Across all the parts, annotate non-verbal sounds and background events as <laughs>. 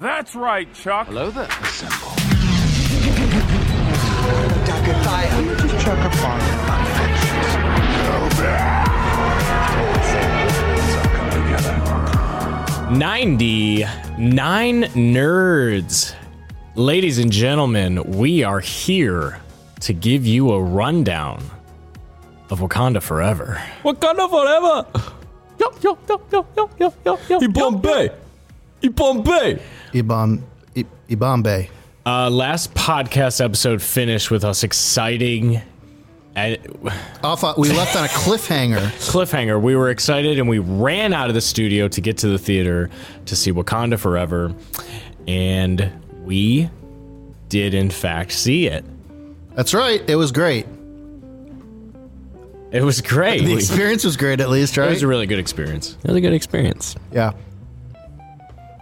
That's right, Chuck. Hello there. Assemble. Ninety-nine nerds, ladies and gentlemen, we are here to give you a rundown of Wakanda Forever. Wakanda forever. Yo, yo, yo, yo, yo, yo, yo, yo. In Bombay. In Bombay. Ibom, I, Ibombe. Uh, last podcast episode finished with us exciting uh, and Off, on- we left on a cliffhanger. cliffhanger. We were excited and we ran out of the studio to get to the theater to see Wakanda Forever, and we did in fact see it. That's right. It was great. It was great. The experience was great, at least, It right? was a really good experience. That was a good experience. yeah.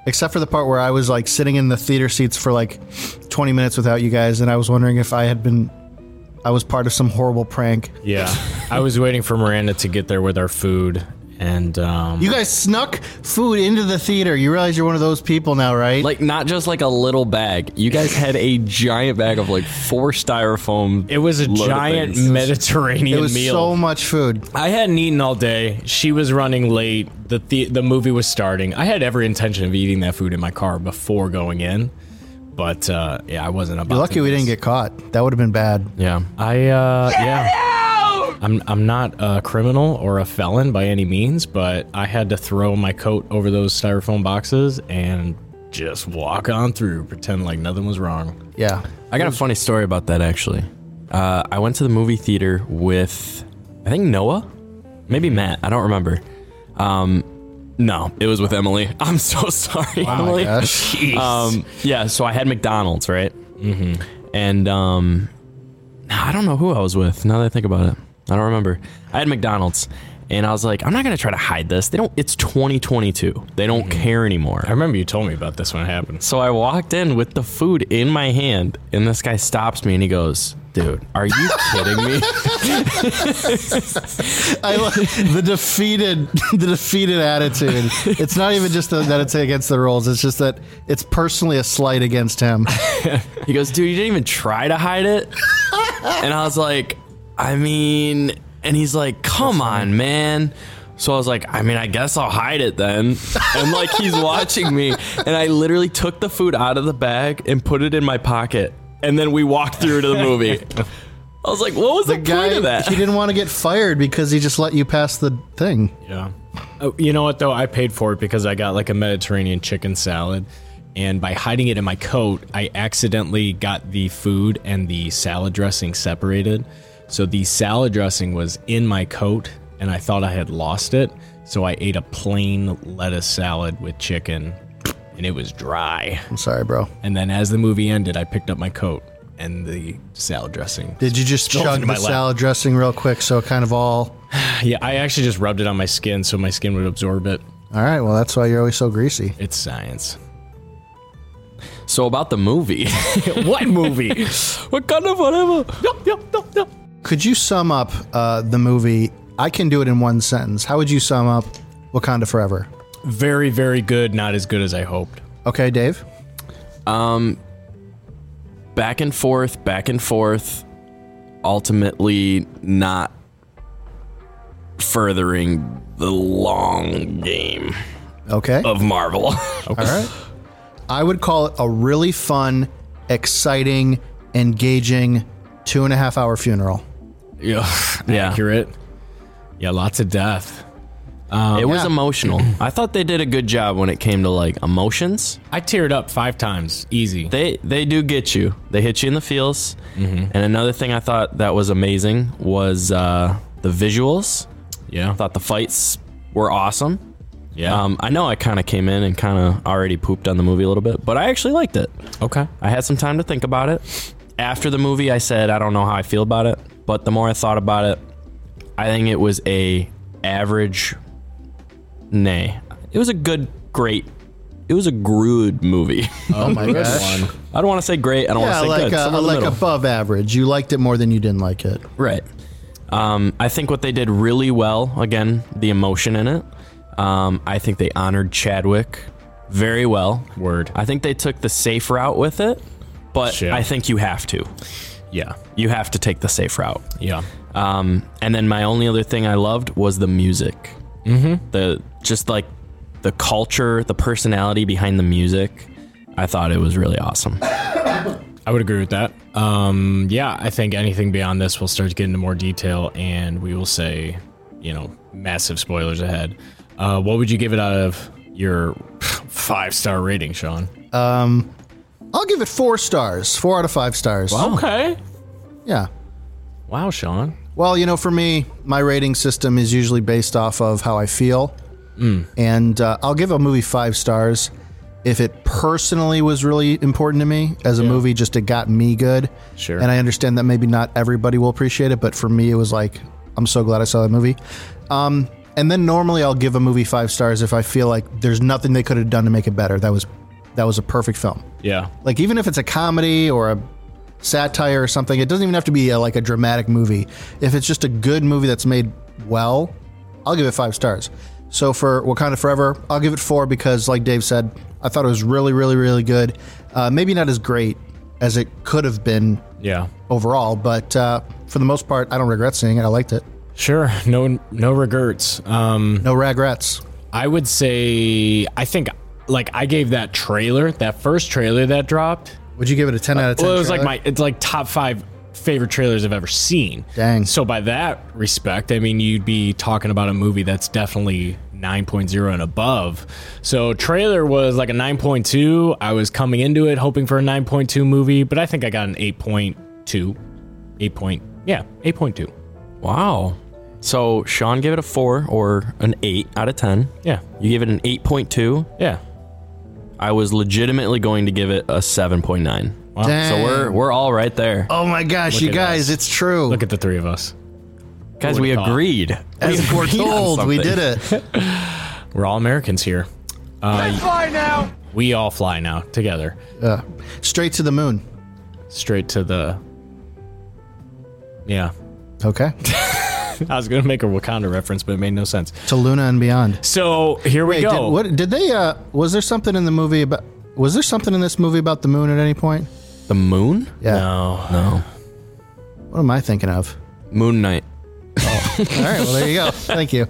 Except for the part where I was like sitting in the theater seats for like 20 minutes without you guys, and I was wondering if I had been, I was part of some horrible prank. Yeah, I was waiting for Miranda to get there with our food, and um, You guys snuck food into the theater. You realize you're one of those people now, right? Like not just like a little bag. You guys had a giant bag of like four styrofoam. it was a load of giant things. it Mediterranean was meal. so much food. I hadn't eaten all day. She was running late. The, the the movie was starting. I had every intention of eating that food in my car before going in, but uh, yeah, I wasn't about. You're lucky to we miss. didn't get caught. That would have been bad. Yeah, I uh, yeah. I'm I'm not a criminal or a felon by any means, but I had to throw my coat over those styrofoam boxes and just walk on through, pretend like nothing was wrong. Yeah. I got a funny story about that actually. Uh, I went to the movie theater with, I think Noah, maybe Matt. I don't remember. Um, no, it was with Emily. <laughs> I'm so sorry, Emily. <laughs> Oh Gosh. Um, yeah, so I had McDonald's, right? Mm-hmm. And um, I don't know who I was with. Now that I think about it, I don't remember. I had McDonald's, and I was like, I'm not gonna try to hide this. They don't. It's 2022. They don't care anymore. I remember you told me about this when it happened. So I walked in with the food in my hand, and this guy stops me and he goes, "Dude, are you kidding me?" I love the defeated, <laughs> the defeated attitude. It's not even just that it's against the rules. It's just that it's personally a slight against him. He goes, dude, you didn't even try to hide it. and I was like, I mean, and he's like, come on, man. So I was like, I mean, I guess I'll hide it then. And like, <laughs> he's watching me. And I literally took the food out of the bag and put it in my pocket. And then we walked through to the <laughs> movie. I was like, what was the, The point of guy, that? he didn't want to get fired because he just let you pass the thing. Yeah. Oh, you know what though? I paid for it because I got like a Mediterranean chicken salad, and by hiding it in my coat, I accidentally got the food and the salad dressing separated. So the salad dressing was in my coat, and I thought I had lost it. So I ate a plain lettuce salad with chicken, and it was dry. I'm sorry, bro. And then as the movie ended, I picked up my coat and the salad dressing. Did you just Spilled chug into the my lap. salad dressing real quick? So it kind of all. Yeah, I actually just rubbed it on my skin so my skin would absorb it. All right. Well, that's why you're always so greasy. It's science. so about the movie. <laughs> what movie? what kind of whatever? Yup, yup, yup, yup. Could you sum up uh, the movie? I can do it in one sentence. How would you sum up Wakanda Forever? <laughs> very, very good. Not as good as I hoped. Okay, Dave. back and forth, back and forth, ultimately not furthering the long game Okay. of Marvel. <laughs> All right. <sighs> I would call it a really fun, exciting, engaging two and a half hour funeral. Yeah, Yeah. accurate. Yeah, lots of death. it was yeah. emotional. I thought they did a good job when it came to like emotions. I teared up five times, easy. They they do get you. They hit you in the feels. And another thing I thought that was amazing was uh, the visuals. yeah, I thought the fights were awesome. yeah. Um, I know I kind of came in and kind of already pooped on the movie a little bit, but I actually liked it. okay. I had some time to think about it. After the movie, I said I don't know how I feel about it, but the more I thought about it, I think it was a average nay. It was a good great. It was a good movie. <laughs> Oh my gosh. One. I don't want to say great, I don't Yeah, want to say like, good. uh, Somewhere in the like middle. above average. You liked it more than you didn't like it. Right. Um, I think what they did really well, again, the emotion in it. Um, I think they honored Chadwick very well. Word. I think they took the safe route with it, but Shit. I think you have to. Yeah. You have to take the safe route. Yeah. Um, and then my only other thing I loved was the music. Mm-hmm. The just like the culture, the personality behind the music. I thought it was really awesome. I would agree with that. Um, yeah, I think anything beyond this, we'll start to get into more detail and we will say, you know, massive spoilers ahead. Uh, what would you give it out of your <sighs> five star rating, Sean? I'll give it four stars, four out of five stars. Okay. Yeah. Wow, Sean. Well, you know, for me, my rating system is usually based off of how I feel. And uh, I'll give a movie five stars if it personally was really important to me as a movie, just it got me good. Sure. And I understand that maybe not everybody will appreciate it, but for me, it was like, I'm so glad I saw that movie. Um, and then normally I'll give a movie five stars if I feel like there's nothing they could have done to make it better. That was that was a perfect film Yeah. like even if it's a comedy or a satire or something it doesn't even have to be a, like a dramatic movie if it's just a good movie that's made well i'll give it five stars so for wakanda forever i'll give it four because like dave said i thought it was really really really good uh, maybe not as great as it could have been Yeah. overall but uh, for the most part i don't regret seeing it i liked it Sure. No, no regrets. Um, no regrets I would say, I think, like, I gave that trailer, that first trailer that dropped, would you give it a 10 out of 10 Well, it was like Charlotte? my it's like top five favorite trailers I've ever seen. Dang. So by that respect, I mean you'd be talking about a movie that's definitely 9.0 and above. So trailer was like a 9.2. I was coming into it hoping for a 9.2 movie, but I think I got an 8.2. 8. Point, yeah, 8.2. Wow. So Sean gave it a four or an eight out of ten. Yeah. You gave it an eight point two. Yeah. I was legitimately going to give it a seven point nine. So Dang. we're we're all right there. oh my gosh you at guys us. it's true Look at the three of us. Guys, we thought? agreed. <laughs> as foretold we did it We're all Americans here. Uh, I fly now! We all fly now together. Yeah. straight to the moon Straight to the Yeah. okay <laughs> I was gonna make a Wakanda reference, but it made no sense. to Luna and beyond. So here we Wait, go. did, what did they? Uh, was there something in the movie about? Was there something in this movie about the moon at any point? The moon? Yeah. No, No. What am I thinking of? Moon Knight. All right. Well, <laughs> there you go. Thank you.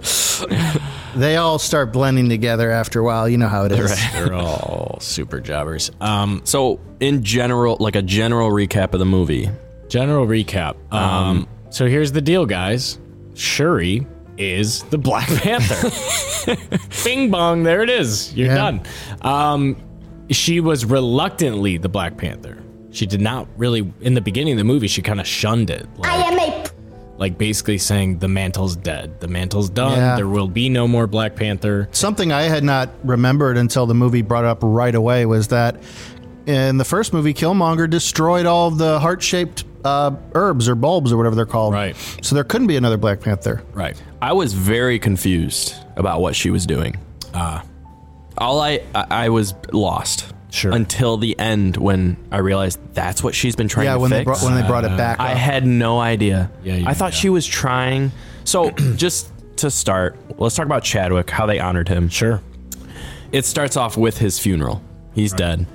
They all start blending together after a while. You know how it is. they're all super jobbers. Um, So in general, like a general recap of the movie. general recap. Um, so here's the deal, guys. Shuri is the Black <laughs> Panther. <laughs> Bing bong, there it is. You're Yeah. done. Um, she was reluctantly the Black Panther. She did not really in the beginning of the movie. She kind of shunned it. Like, I am a like basically saying the mantle's dead. The mantle's done. Yeah. There will be no more Black Panther. Something I had not remembered until the movie brought up right away was that in the first movie, Killmonger destroyed all of the heart-shaped uh, herbs or bulbs or whatever they're called. Right. So there couldn't be another Black Panther. Right. I was very confused about what she was doing. Ah. All I, I I was lost. Sure. Until the end when I realized that's what she's been trying Yeah. to When fix. they brought when they Uh, brought it back. I up. had no idea. Yeah, you- I thought yeah. she was trying. <clears throat> So just to start, let's talk about Chadwick, how they honored him. Sure. It starts off with his funeral. He's dead.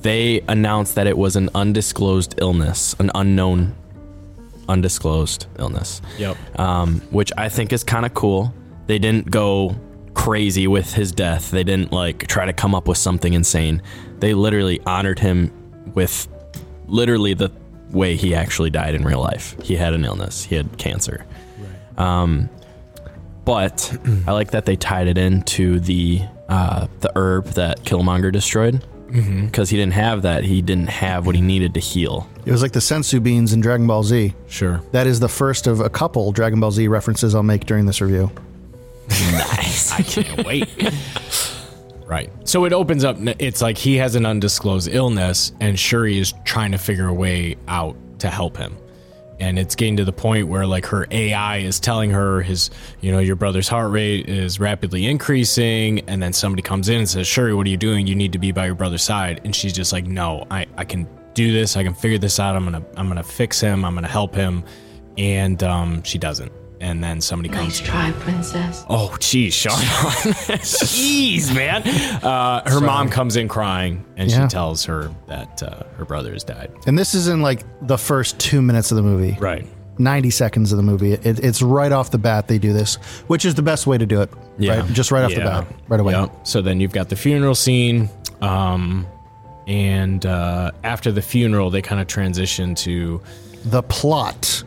They announced that it was an undisclosed illness, an unknown undisclosed illness Yep. Uh, um, which I think is kind of cool. They didn't go crazy with his death. They didn't like try to come up with something insane. They literally honored him with literally the way he actually died in real life. He had an illness. He had cancer. Um, but I like that they tied it into the uh, the herb that Killmonger destroyed because he didn't have that. He didn't have what he needed to heal. It was like the sensu beans in Dragon Ball Z. Sure. That is the first of a couple Dragon Ball Z references I'll make during this review. <laughs> I can't wait. right. So it opens up. It's like he has an undisclosed illness, and Shuri is trying to figure a way out to help him. And it's getting to the point where, like, her AI is telling her his, you know, your brother's heart rate is rapidly increasing. And then somebody comes in and says, Shuri, what are you doing? You need to be by your brother's side. And she's just like, no, I, I can do this. I can figure this out. I'm going to, I'm going to fix him. I'm going to help him. And um, she doesn't and then somebody comes. Nice try, princess. Oh, <laughs> geez, Sean. Jeez, man. Uh, her mom comes in crying, and Yeah. she tells her that uh, her brother has died. And this is in like the first two minutes of the movie. Right. 90 seconds of the movie. It, it's right off the bat they do this, which is the best way to do it. Yeah. Right? Just right off Yeah. the bat, right away. Yep. So then you've got the funeral scene, um, and uh, after the funeral, they kind of transition to The plot,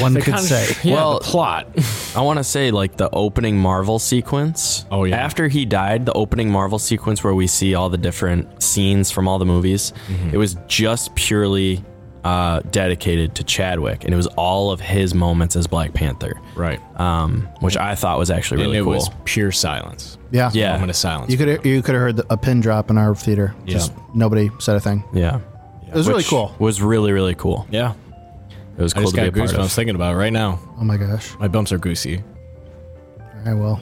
one could kinda- say. yeah, Well- the plot. <laughs> I want to say like the opening Marvel sequence. Oh, yeah. After he died, the opening Marvel sequence where we see all the different scenes from all the movies. Mm-hmm. It was just purely uh, dedicated to Chadwick, and it was all of his moments as Black Panther, right. um, which I thought was actually really uh, and it cool. was pure silence. Yeah. Yeah. Moment of silence. You could you could have heard the, a pin drop in our theater. Just nobody said a thing. yeah, It was really Which cool. Was really really cool. yeah. It was I cool just to be got a part goosebumps of. thinking about it right now. Oh my gosh. My bumps are goosey. I will.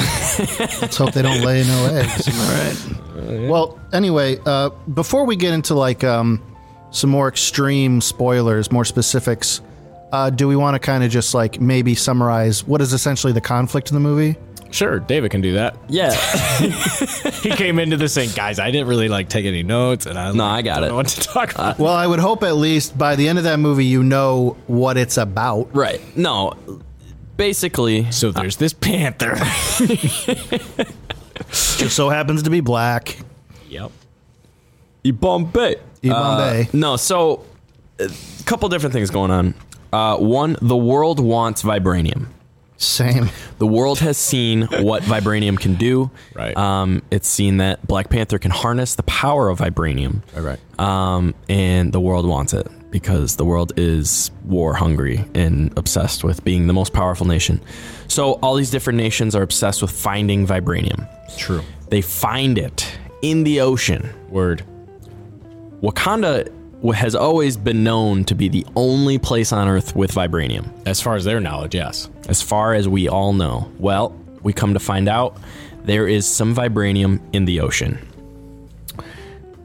Let's hope they don't lay no eggs. <laughs> All right. Well, anyway, uh, before we get into like um, some more extreme spoilers, more specifics, uh, do we want to kind of just like maybe summarize what is essentially the conflict in the movie? Sure, David can do that. Yeah, <laughs> He came into this saying, "Guys, I didn't really like take any notes, and I No, I got don't it. know what to talk about." Well, I would hope at least by the end of that movie, you know what it's about. right. No, basically, so there's this panther. Just so happens to be black. yep. Bombay. Bombay. No, so a couple different things going on. Uh, one, the world wants vibranium. Same. The world has seen what vibranium can do. Right. Um, it's seen that Black Panther can harness the power of vibranium. All right. Um, and the world wants it because the world is war hungry and obsessed with being the most powerful nation. So all these different nations are obsessed with finding vibranium. True. They find it in the ocean. Word. Wakanda w- has always been known to be the only place on Earth with vibranium, As far as their knowledge, yes. as far as we all know. Well, we come to find out there is some vibranium in the ocean.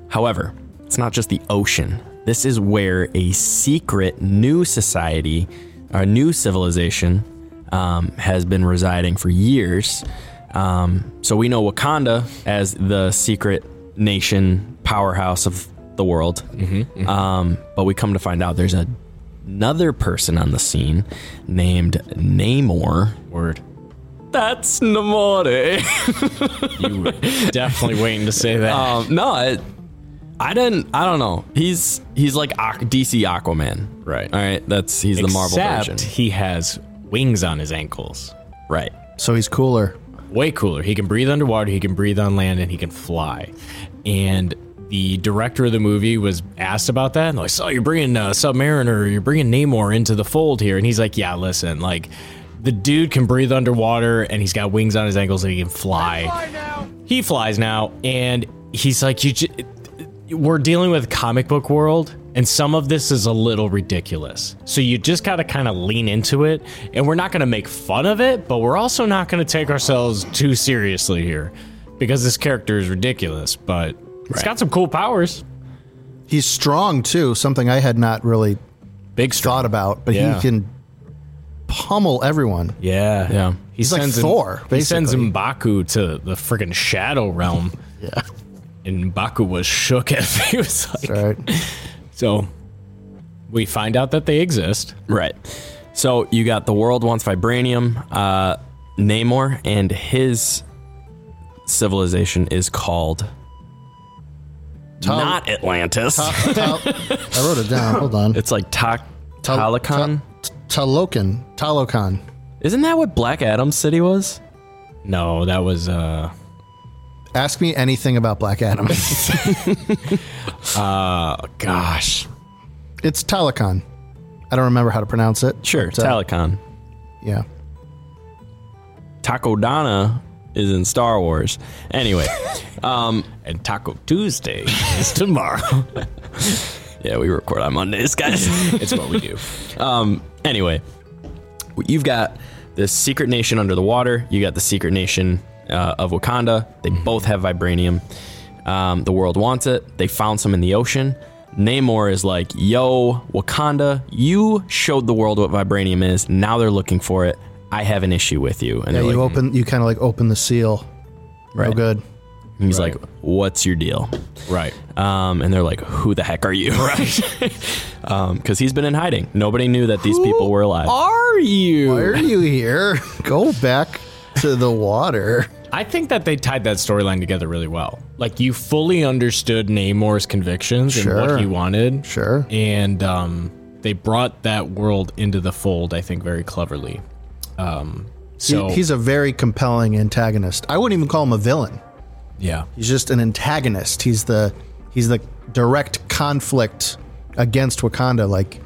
However, it's not just the ocean. This is where a secret new society, a new civilization, um, has been residing for years. Um, so we know Wakanda as the secret nation powerhouse of the world. Um, but we come to find out there's a, another person on the scene named Namor. Word. That's Namor. You were definitely waiting to say <laughs> that. Um, no, it, I didn't. I don't know. He's he's like Aqu- DC Aquaman. Right. All right. That's he's the Marvel Except version. he has wings on his ankles. Right. So he's cooler. Way cooler. He can breathe underwater, he can breathe on land, and he can fly. And the director of the movie was asked about that, and like, so you're bringing uh, Submariner, you're bringing Namor into the fold here, and he's like, yeah, listen, like. The dude can breathe underwater and he's got wings on his ankles and he can fly. Fly now. He flies now and he's like, you j- we're dealing with comic book world and some of this is a little ridiculous so you just gotta kind of lean into it and we're not gonna make fun of it but we're also not gonna take ourselves too seriously here because this character is ridiculous but it's got some cool powers He's strong too. Something I had not really big strong thought about, but Yeah. he can pummel everyone. yeah Yeah. he like him- Thor, he sends basically. Mbaku to the freaking shadow realm <laughs> yeah and Mbaku was shook as <laughs> he was like All right. so we find out that they exist Right. So you got the world wants vibranium. Uh, Namor and his civilization is called Tal- not Atlantis. <laughs> Tal- I wrote it down. Hold on. it's like Tak Tal- Talakan. Ta- Talokan. Talokan. Isn't that what Black Adam City was? no that was uh Ask me anything about Black Adam. <laughs> gosh it's Talokan. I don't remember how to pronounce it. Sure, but, uh, Talakan. yeah. Takodana is in Star Wars. Anyway. and Taco Tuesday is tomorrow. <laughs> Yeah, we record on Mondays, <laughs> guys. it's what we do. Um, anyway, you've got this secret nation under the water. You got the secret nation uh, of Mm-hmm. Wakanda. They both have vibranium. Um, the world wants it. They found some in the ocean. Namor is like, yo, Wakanda, you showed the world what vibranium is. Now they're looking for it. I have an issue with you. And Yeah, they're you like, open. You kind of like open the seal. No Right. good. he's Right. like, what's your deal? Right. Um, and they're like, who the heck are you? <laughs> Right. Because he's been in hiding. Nobody knew that these people were alive. Are you? Why are you here? <laughs> Go back to the water. I think that they tied that storyline together really well. Like you fully understood Namor's convictions and Sure. what he wanted. Sure. And um, they brought that world into the fold, I think, very cleverly. Um, so He- he's a very compelling antagonist. I wouldn't even call him a villain. yeah, He's just an antagonist. He's the he's the direct conflict against Wakanda. Like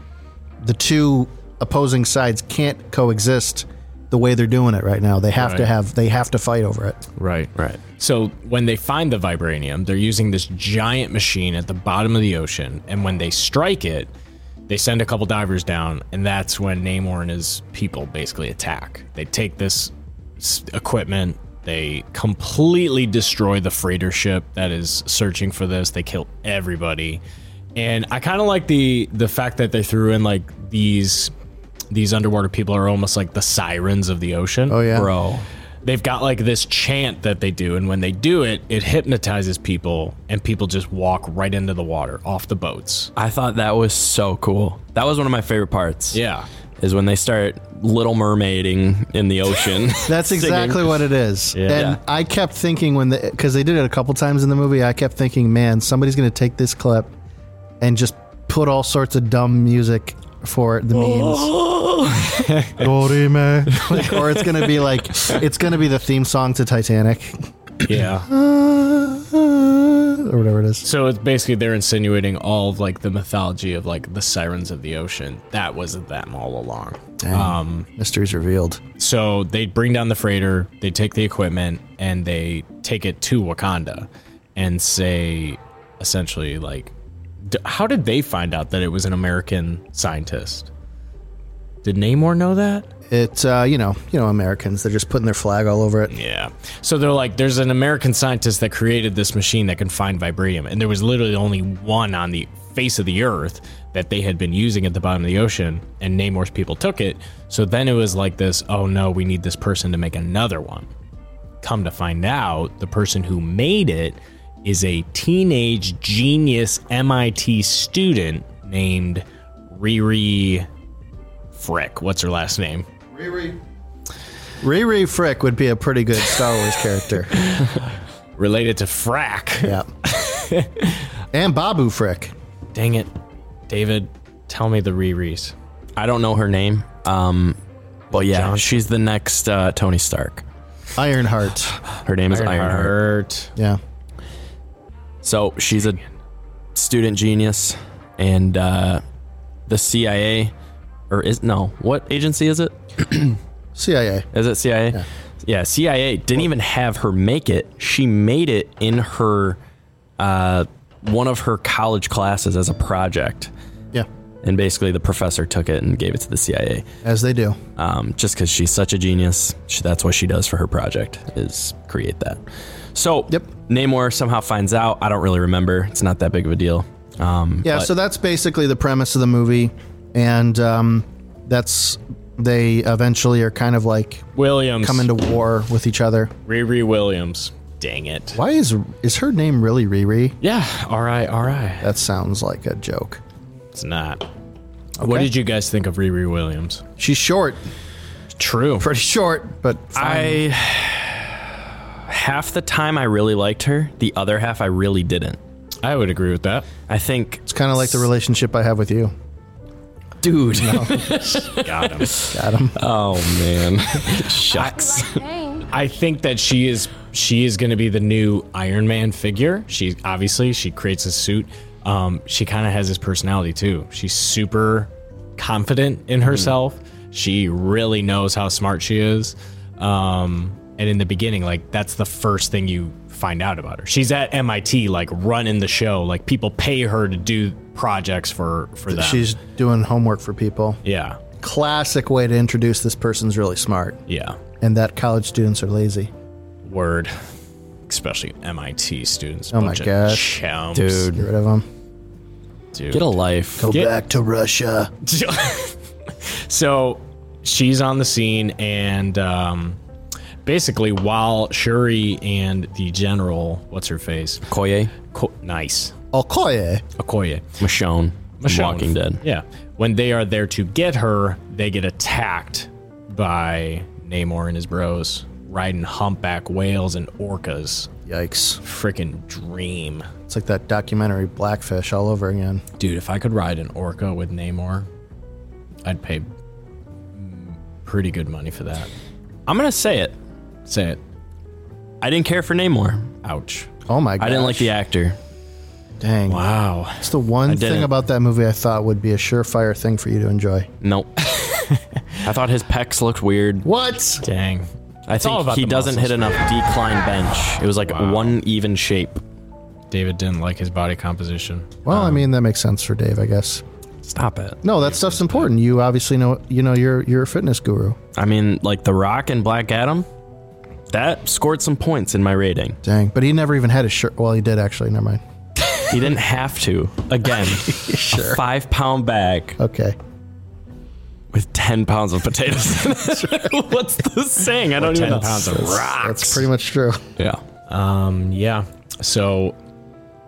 the two opposing sides can't coexist the way they're doing it right now. They have to Right. have they have to fight over it. right, Right. So when they find the vibranium, they're using this giant machine at the bottom of the ocean, and when they strike it, they send a couple divers down, and that's when Namor and his people basically attack. They take this s- equipment, they completely destroy the freighter ship that is searching for this. They kill everybody, and I kind of like the the fact that they threw in like these these underwater people are almost like the sirens of the ocean. Oh yeah. Bro. They've got like this chant that they do, and when they do it, it hypnotizes people, and people just walk right into the water off the boats. I thought that was so cool. That was one of my favorite parts. Yeah. Is when they start little mermaiding in the ocean. That's Singing. exactly what it is. Yeah. And I kept thinking when the because they did it a couple times in the movie, I kept thinking, man, somebody's gonna take this clip and just put all sorts of dumb music for the memes. Oh. <laughs> Dorime. Like, or it's gonna be like it's gonna be the theme song to Titanic. Yeah. <laughs> or whatever it is. so it's basically they're insinuating all of like the mythology of like the sirens of the ocean. That was them all along. Um, Um, Mysteries revealed. So they bring down the freighter, they take the equipment, and they take it to Wakanda and say essentially, like, d- how did they find out that it was an American scientist? Did Namor know that? It uh, you know, you know, Americans, they're just putting their flag all over it. Yeah. So they're like, there's an American scientist that created this machine that can find vibranium, and there was literally only one on the face of the earth that they had been using at the bottom of the ocean, and Namor's people took it. So then it was like this, oh no, we need this person to make another one. Come to find out, the person who made it is a teenage genius MIT student named Riri Frick. What's her last name? Riri Frick would be a pretty good Star Wars character. Related to Frack. Yeah. <laughs> and Babu Frick. Dang it, David. Tell me the Riri's. I don't know her name. Um, but yeah, she's the next uh, Tony Stark. Ironheart. Her name is Ironheart. Yeah. So she's a student genius, and uh, the CIA, or is no, what agency is it? CIA. Is it CIA? Yeah, CIA didn't even have her make it. She made it in her uh, one of her college classes as a project, Yeah. and basically the professor took it and gave it to the CIA, As they do. um, just because she's such a genius. She, that's what she does for her project is create that. So Yep. Namor somehow finds out. I don't really remember. It's not that big of a deal. Um, Yeah. but- so that's basically the premise of the movie. And um, that's. They eventually are kind of like Williams. come into war with each other. Riri Williams. Dang it. Why is is her name really Riri? Yeah. All right. All right. That sounds like a joke. It's not. What did you guys think of Riri Williams? She's short, True. pretty short, but Um, fine. I half the time I really liked her. The other half I really didn't. I would agree with that. I think, it's kind of like the relationship I have with you. dude. <laughs> Got him. Adam. <laughs> Oh man, shucks. <laughs> I think that she is she is going to be the new Iron Man figure. She obviously she creates a suit. Um, she kind of has this personality too. She's super confident in herself. She really knows how smart she is. Um, and in the beginning, like that's the first thing you find out about her. She's at MIT, like running the show. Like people pay her to do projects for for them. She's doing homework for people. yeah, Classic way to introduce this person's really smart yeah. and that college students are lazy. Word. Especially MIT students. Oh my Bunch of gosh. chumps. Dude. Get rid of them. dude. Get a life. Go Get- back to Russia. <laughs> so she's on the scene, and um, basically, while Shuri and the general, what's her face? Koye, Ko- nice. Okoye. Okoye. Michonne, Michonne. Walking Dead. Yeah. When they are there to get her, they get attacked by Namor and his bros, riding humpback whales and orcas. Yikes. Freaking dream. It's like that documentary Blackfish all over again. Dude, if I could ride an orca with Namor, I'd pay mm, pretty good money for that. I'm gonna say it. Say it. I didn't care for Namor. Ouch. Oh my god. I didn't like the actor. Dang. Wow. That's the one didn't. thing about that movie I thought would be a surefire thing for you to enjoy. <laughs> Nope. I thought his pecs looked weird. What? Dang. I all think about he the doesn't hit muscles. enough decline bench. It was like Wow. one even shape. David didn't like his body composition. Well, I mean that makes sense for Dave, I guess. Stop it. No, that stuff's important. You obviously know you know you're you're a fitness guru. I mean, like The Rock and Black Adam, that scored some points in my rating. Dang. But he never even had a shirt. Well, he did actually, never mind. He <laughs> didn't have to. <laughs> Again, a five pound bag Okay. with 10 pounds of potatoes in it. <laughs> What's the saying? I don't even 10 know. pounds of rocks. That's pretty much true. Yeah. Um, yeah. So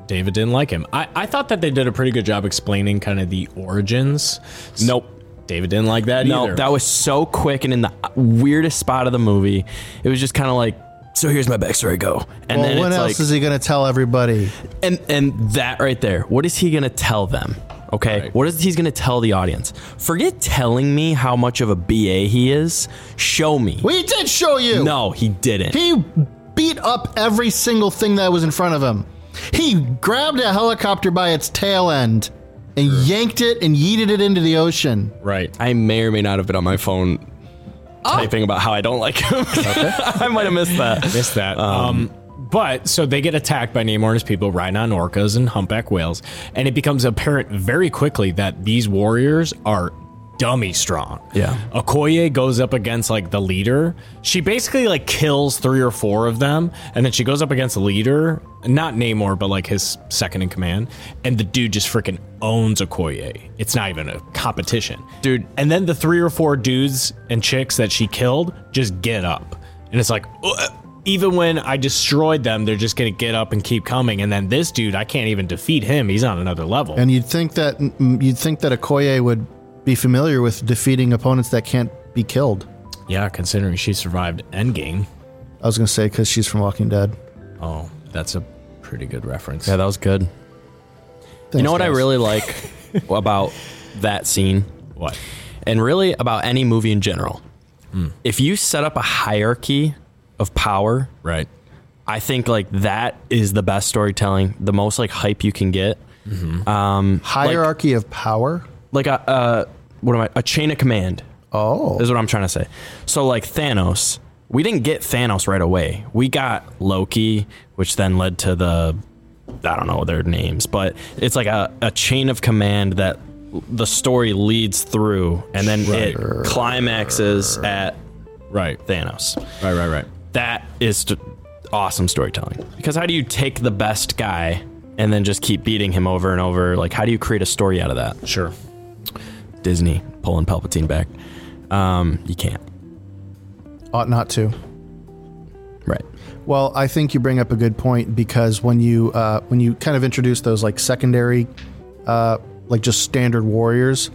David didn't like him. I, I thought that they did a pretty good job explaining kind of the origins. Nope. David didn't like that No, either. that was so quick and in the weirdest spot of the movie. It was just kind of like, so here's my backstory, go. And well, then what it's else like, is he gonna tell everybody? and and that right there what is he gonna tell them okay Right. what is he's gonna tell the audience forget telling me how much of a ba he is show me We did show you. no he didn't He beat up every single thing that was in front of him. He grabbed a helicopter by its tail end and yanked it and yeeted it into the ocean. right. i may or may not have been on my phone Oh. typing about how i don't like him <laughs> i might have missed that missed that. Um, but so they get attacked by Namor and his people riding on orcas and humpback whales, and it becomes apparent very quickly that these warriors are dummy strong. Yeah. Okoye goes up against like the leader. She basically like kills three or four of them, and then she goes up against the leader, not Namor, but like his second in command, and the dude just freaking owns Okoye. It's not even a competition. Dude. And then the three or four dudes and chicks that she killed just get up. And it's like, "Ugh." even when I destroyed them, they're just going to get up and keep coming. And then this dude, I can't even defeat him. He's on another level. And you'd think that mm, you'd think that Okoye would be familiar with defeating opponents that can't be killed. yeah, considering she survived Endgame. I was gonna say because she's from Walking Dead. Oh, that's a pretty good reference. yeah that was good you know what i guys. really <laughs> like about that scene What? and really about any movie in general if you set up a hierarchy of power Right. I think like that is the best storytelling, the most like hype you can get. Hierarchy of power. Like a uh, what am I? A chain of command Oh, is what I'm trying to say. So like Thanos, we didn't get Thanos right away. We got Loki, which then led to the I don't know their names, but it's like a, a chain of command that the story leads through, and then it climaxes at Right. Thanos. Right, right, right. that is st- awesome storytelling. Because how do you take the best guy and then just keep beating him over and over? Like, how do you create a story out of that? Sure. Disney pulling Palpatine back. Um, you can't. ought not to. Right. Well, I think you bring up a good point because when you uh, when you kind of introduce those like secondary, uh, like just standard warriors,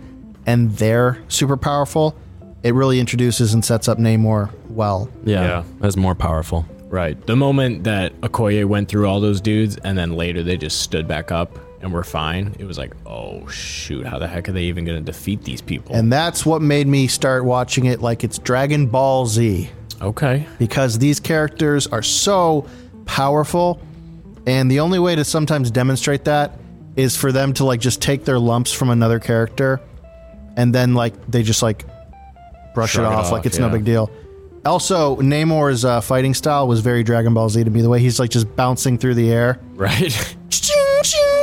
and they're super powerful, it really introduces and sets up Namor well. Yeah. Yeah. That's more powerful. Right. The moment that Okoye went through all those dudes and then later they just stood back up and were fine, it was like, oh, shoot, how the heck are they even going to defeat these people? And that's what made me start watching it like it's Dragon Ball Z okay. <laughs> because these characters are so powerful, and the only way to sometimes demonstrate that is for them to like just take their lumps from another character, and then like they just like brush Shrug it it off, off, like it's no yeah. big deal. Also, Namor's uh, fighting style was very Dragon Ball Z to me. The way he's like just bouncing through the air, Right. yeah. Yeah.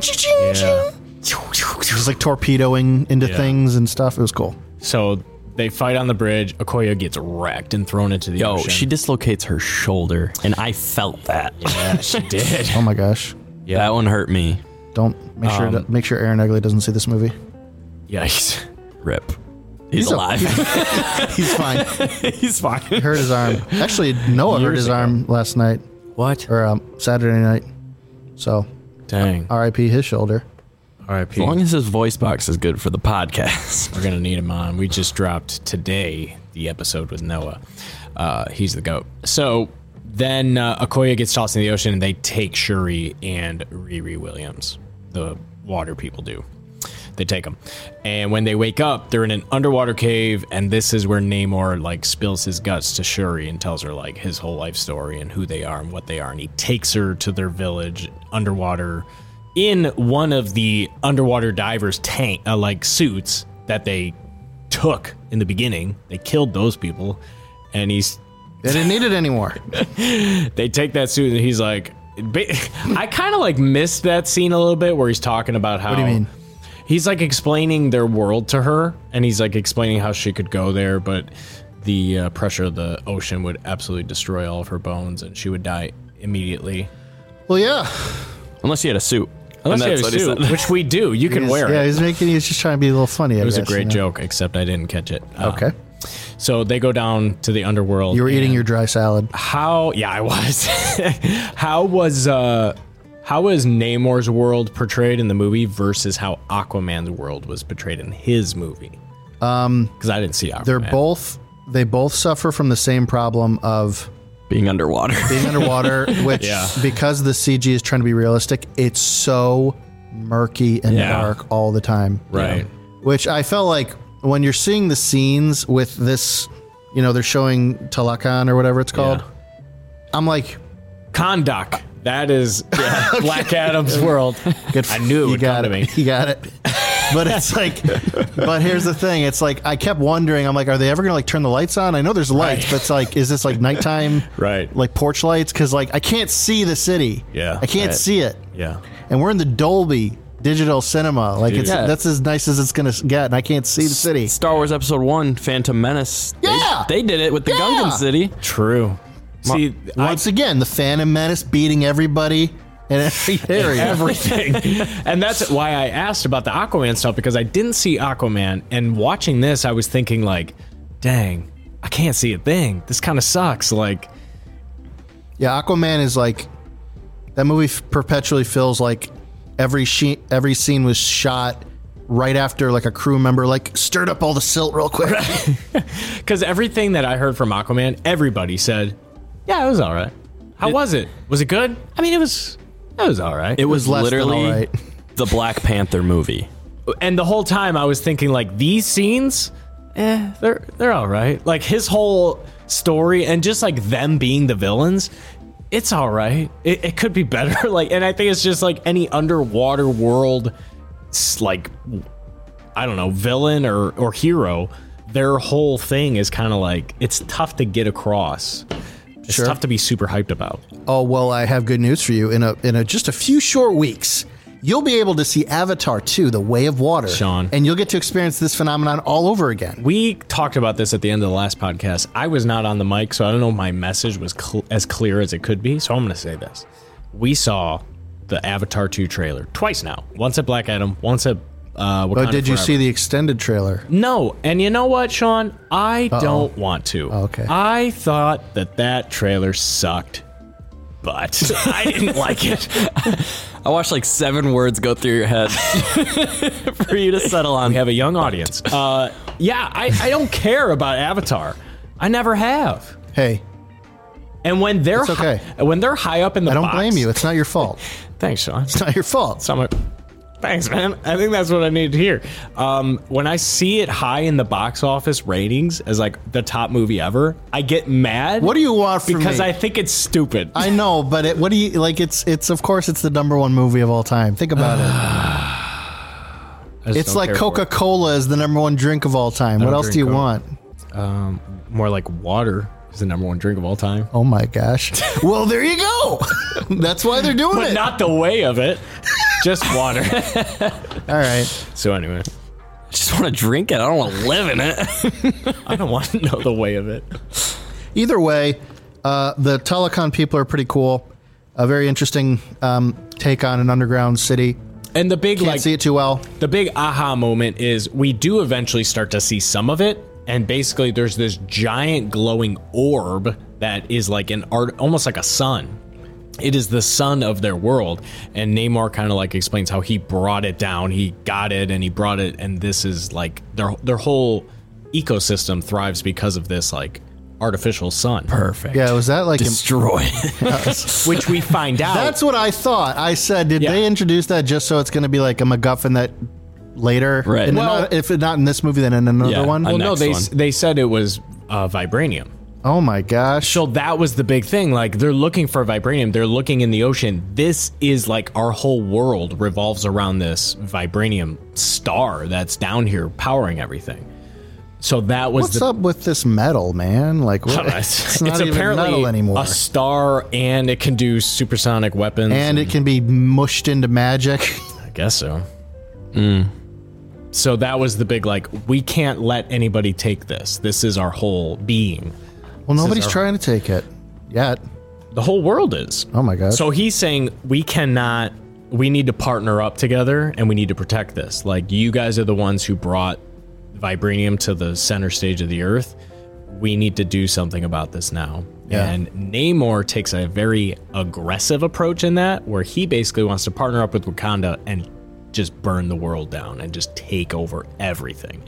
just like torpedoing into Yeah. things and stuff. It was cool. So they fight on the bridge. Okoye gets wrecked and thrown into the Yo, ocean. she dislocates her shoulder, and I felt that. <laughs> Yeah, she did. Oh my gosh! That one hurt me. Don't Make Um, sure to- make sure Aaron Egley doesn't see this movie. Yikes. Rip. He's, He's a- alive. <laughs> <laughs> He's fine. he's fine. hurt his arm. Actually, Noah hurt Years his ago. arm last night What? or um, Saturday night. So Dang. R.I.P. his shoulder. R.I.P. As long as his voice box is good for the podcast. <laughs> We're gonna need him on. We just dropped today the episode with Noah. Uh, he's the goat. So then uh, Akoya gets tossed in the ocean, and they take Shuri and Riri Williams. The water people do. They take them, and when they wake up, they're in an underwater cave, and this is where Namor like spills his guts to Shuri and tells her like his whole life story and who they are and what they are, and he takes her to their village underwater in one of the underwater divers tank uh, like suits that they took in the beginning. They killed those people, and he's They didn't need <laughs> it anymore. they take that suit and he's like, ba- <laughs> I kind of like missed that scene a little bit where he's talking about how. What do you mean? He's like explaining their world to her, and he's like explaining how she could go there, but the uh, pressure of the ocean would absolutely destroy all of her bones, and she would die immediately. Well, yeah, Unless he had a suit. Unless And you have that's a what he suit, said. which we do. <laughs> You can He's- wear yeah, it. he's making. He's just trying to be a little funny. It was a great joke, except I didn't catch it. Um, Okay, so they go down to the underworld. you were eating your dry salad. Ah, How? Yeah, I was. <laughs> how was uh, how was Namor's world portrayed in the movie versus how Aquaman's world was portrayed in his movie? Um, because I didn't see Aquaman. They're both. They both suffer from the same problem of <laughs> Being underwater. <laughs> being underwater, which Yeah. because the CG is trying to be realistic, it's so murky and Yeah. dark all the time. right. which I felt like when you're seeing the scenes with this, you know, they're showing Talakan or whatever it's called. I'm like, Kondak. That <laughs> is Black Adam's world. good. f- I knew it you would got come to me. it. <laughs> You got it. But it's like, but here's the thing. It's like I kept wondering. I'm like, are they ever gonna like turn the lights on? I know there's lights, but it's like, is this like nighttime? <laughs> Right. Like porch lights? Because like I can't see the city. Yeah, I can't right. see it. Yeah. And we're in the Dolby digital cinema. Like it's Yeah. that's as nice as it's gonna get. And I can't see the city. Star Wars Episode 1, Phantom Menace. They- Yeah! They, did it with the Yeah! Gungan City. True. See, I Once again, the Phantom Menace beating everybody <laughs> in every area. everything. <laughs> and that's why I asked about the Aquaman stuff because I didn't see Aquaman and watching this I was thinking like, dang, I can't see a thing. This kind of sucks. Like yeah, Aquaman is like that movie f- perpetually feels like every she- every scene was shot right after like a crew member like stirred up all the silt real quick. cuz everything that I heard from Aquaman, everybody said, "Yeah, it was all right." How was it? Was it good? I mean, it was it was all right. It was less than literally alright. <laughs> the Black Panther movie. and the whole time I was thinking like these scenes, eh, they're they're all right. Like his whole story and just like them being the villains, it's all right. It, it could be better. <laughs> Like, and I think it's just like any underwater world, s- like I don't know, villain or or hero. Their whole thing is kind of like it's tough to get across. It's Sure. tough to be super hyped about. <laughs> oh well, I have good news for you. In a in a, just a few short weeks. You'll be able to see Avatar 2, The Way of Water. Sean. And you'll get to experience this phenomenon all over again. We talked about this at the end of the last podcast. I was not on the mic, so I don't know if my message was cl- as clear as it could be. So I'm going to say this. We saw the Avatar 2 trailer twice now. Once at Black Adam, once at uh, Wakanda But did you Forever. see the extended trailer? No. And you know what, Sean? I don't want to. Oh, okay. I thought that that trailer sucked, but <laughs> I didn't like it. I watched like seven words go through your head <laughs> for you to settle on. We have a young audience. Uh, yeah, I, I don't care about Avatar. I never have. Hey, And when they're It's okay. hi- when they're high up in the I don't box- blame you. It's not your fault. Thanks, Sean. It's not your fault. So I'm like, thanks, man. I think that's what I needed to hear. Um, when I see it high in the box office ratings as like the top movie ever, I get mad. What do you want from Because me? I think it's stupid. I know, but it, what do you like? It's it's of course it's the number one movie of all time. Think Ah, about it. It's like Coca Cola is the number one drink of all time. What don't else do drink you Coke. want? More like water is the number one drink of all time. Oh <laughs> my gosh! well, there you go. <laughs> That's why they're doing But it. not the way of <laughs> it. Just water. all right. so anyway, I just want to drink it. I don't want to live in it. I don't want to know the way of it. Either way, uh, the Telecon people are pretty cool. A very interesting um, take on an underground city. And the big Can't like see it too well. the big aha moment is we do eventually start to see some of it and basically there's this giant glowing orb that is like an art almost like a sun it is the sun of their world and namor kind of like explains how he brought it down he got it and he brought it and this is like their their whole ecosystem thrives because of this like artificial sun Perfect. Yeah, was that <laughs> like? <laughs> uh, Destroy. it. which we <laughs> find out that's what I thought. I said, did Yeah. they introduce that just so it's going to be like a MacGuffin that later? Right. And Well- not, if not in this movie, then in another Yeah, one. I well no next they one. s they said it was uh, vibranium oh my gosh. So that was the big thing. Like they're looking for vibranium. They're looking in the ocean. This is like our whole world revolves around this vibranium star that's down here powering everything. So that was What's the up with this metal, man? Like, <laughs> what? it's, it's not even apparently metal anymore. a star and it can do supersonic weapons. and it can be mushed into magic. <laughs> I guess so. Hmm. So that was the big like we can't let anybody take this. This is our whole being. Well, nobody's our- trying to take it yet. The whole world is. Oh my gosh. So he's saying we cannot. We need to partner up together, and we need to protect this. Like you guys are the ones who brought vibranium to the center stage of the earth. We need to do something about this now. Yeah. And Namor takes a very aggressive approach in that, where he basically wants to partner up with Wakanda and just burn the world down and just take over everything.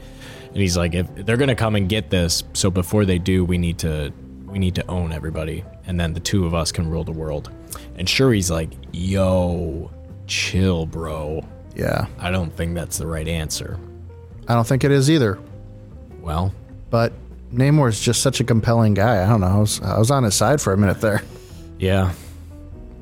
And he's like, if they're gonna come and get this, so before they do, we need to we need to own everybody, and then the two of us can rule the world. And Shuri's like, yo, chill, bro. yeah, I don't think that's the right answer. I don't think it is either. Well, But Namor is just such a compelling guy. I don't know. I was, I was on his side for a minute there. yeah.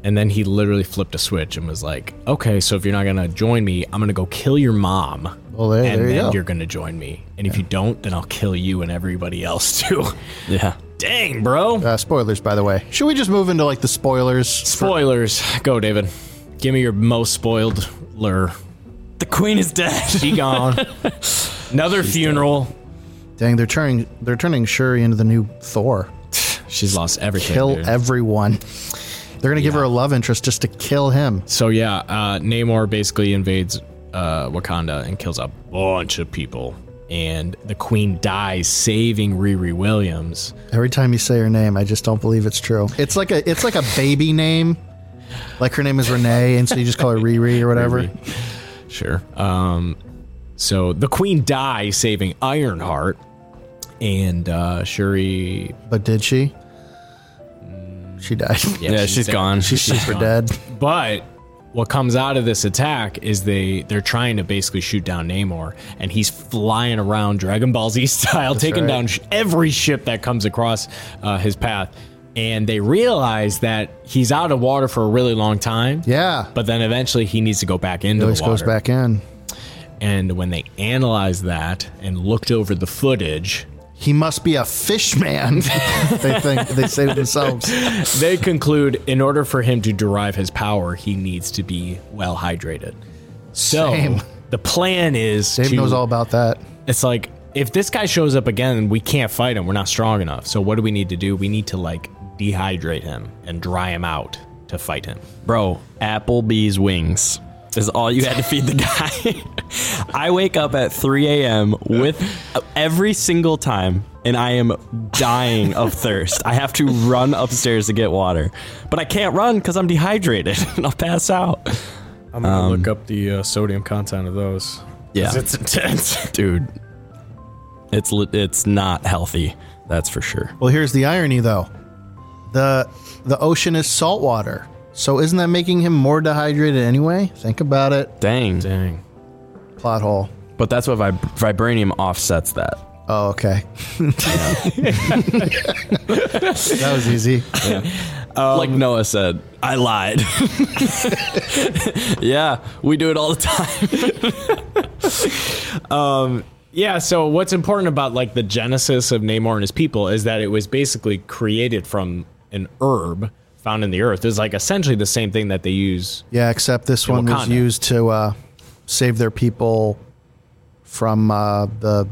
And then he literally flipped a switch and was like, okay, so if you're not gonna join me, I'm gonna go kill your mom. Well, there, and there you then go. you're gonna join me. And if you don't, then I'll kill you and everybody else too. <laughs> <laughs> yeah. Dang, bro. Uh, spoilers, by the way. Should we just move into like the spoilers? Spoilers. Go, David. Give me your most spoiled lure. The queen is dead. Be gone. <laughs> Another funeral. Dang, they're turning they're turning Shuri into the new Thor. She's lost everything. Kill dude. everyone. They're gonna give her a love interest just to kill him. So yeah, uh, Namor basically invades uh, Wakanda and kills a bunch of people, and the queen dies, saving Riri Williams. Every time you say her name, I just don't believe it's true. It's like a it's like a baby name. Like her name is Renee, and so you just call her Riri or whatever. Sure. Um, so the queen dies, saving Ironheart, and uh, Shuri. But did she? She died. Yeah, she's dead. gone. She's super dead. But what comes out of this attack is they they're trying to basically shoot down Namor, and he's flying around Dragon Ball Z <laughs> style, taking right. down sh- every ship that comes across uh, his path. And they realize that he's out of water for a really long time. Yeah. But then eventually he needs to go back into always the water. goes back in. And when they analyzed that and looked over the footage, He must be a fish man. <laughs> they think they say to themselves. they conclude in order for him to derive his power, he needs to be well hydrated. So Same. the plan is Dave to, knows all about that. it's like if this guy shows up again, we can't fight him. We're not strong enough. So what do we need to do? We need to like dehydrate him and dry him out to fight him. Bro, Applebee's wings is all you had to feed the guy. <laughs> I wake up at 3 a.m. with every single time, and I am dying <laughs> of thirst. I have to run upstairs to get water, but I can't run because I'm dehydrated <laughs> and I'll pass out. I'm gonna look up the uh, sodium content of those. Yeah, It's intense. <laughs> dude, it's li- it's not healthy. That's for sure. Well, here's the irony, though. the The ocean is salt water, so isn't that making him more dehydrated anyway? Think about it. Dang. Dang. Plot hole. But that's what vib- vibranium offsets that. Oh, okay. <laughs> that was easy. like Noah said, I <laughs> lied. yeah, we do it all the time. Yeah, so what's important about like the genesis of Namor and his people is that it was basically created from an herb found in the earth. It's like essentially the same thing that they use. Yeah, except this one was Wakanda. used to uh, save their people from uh, the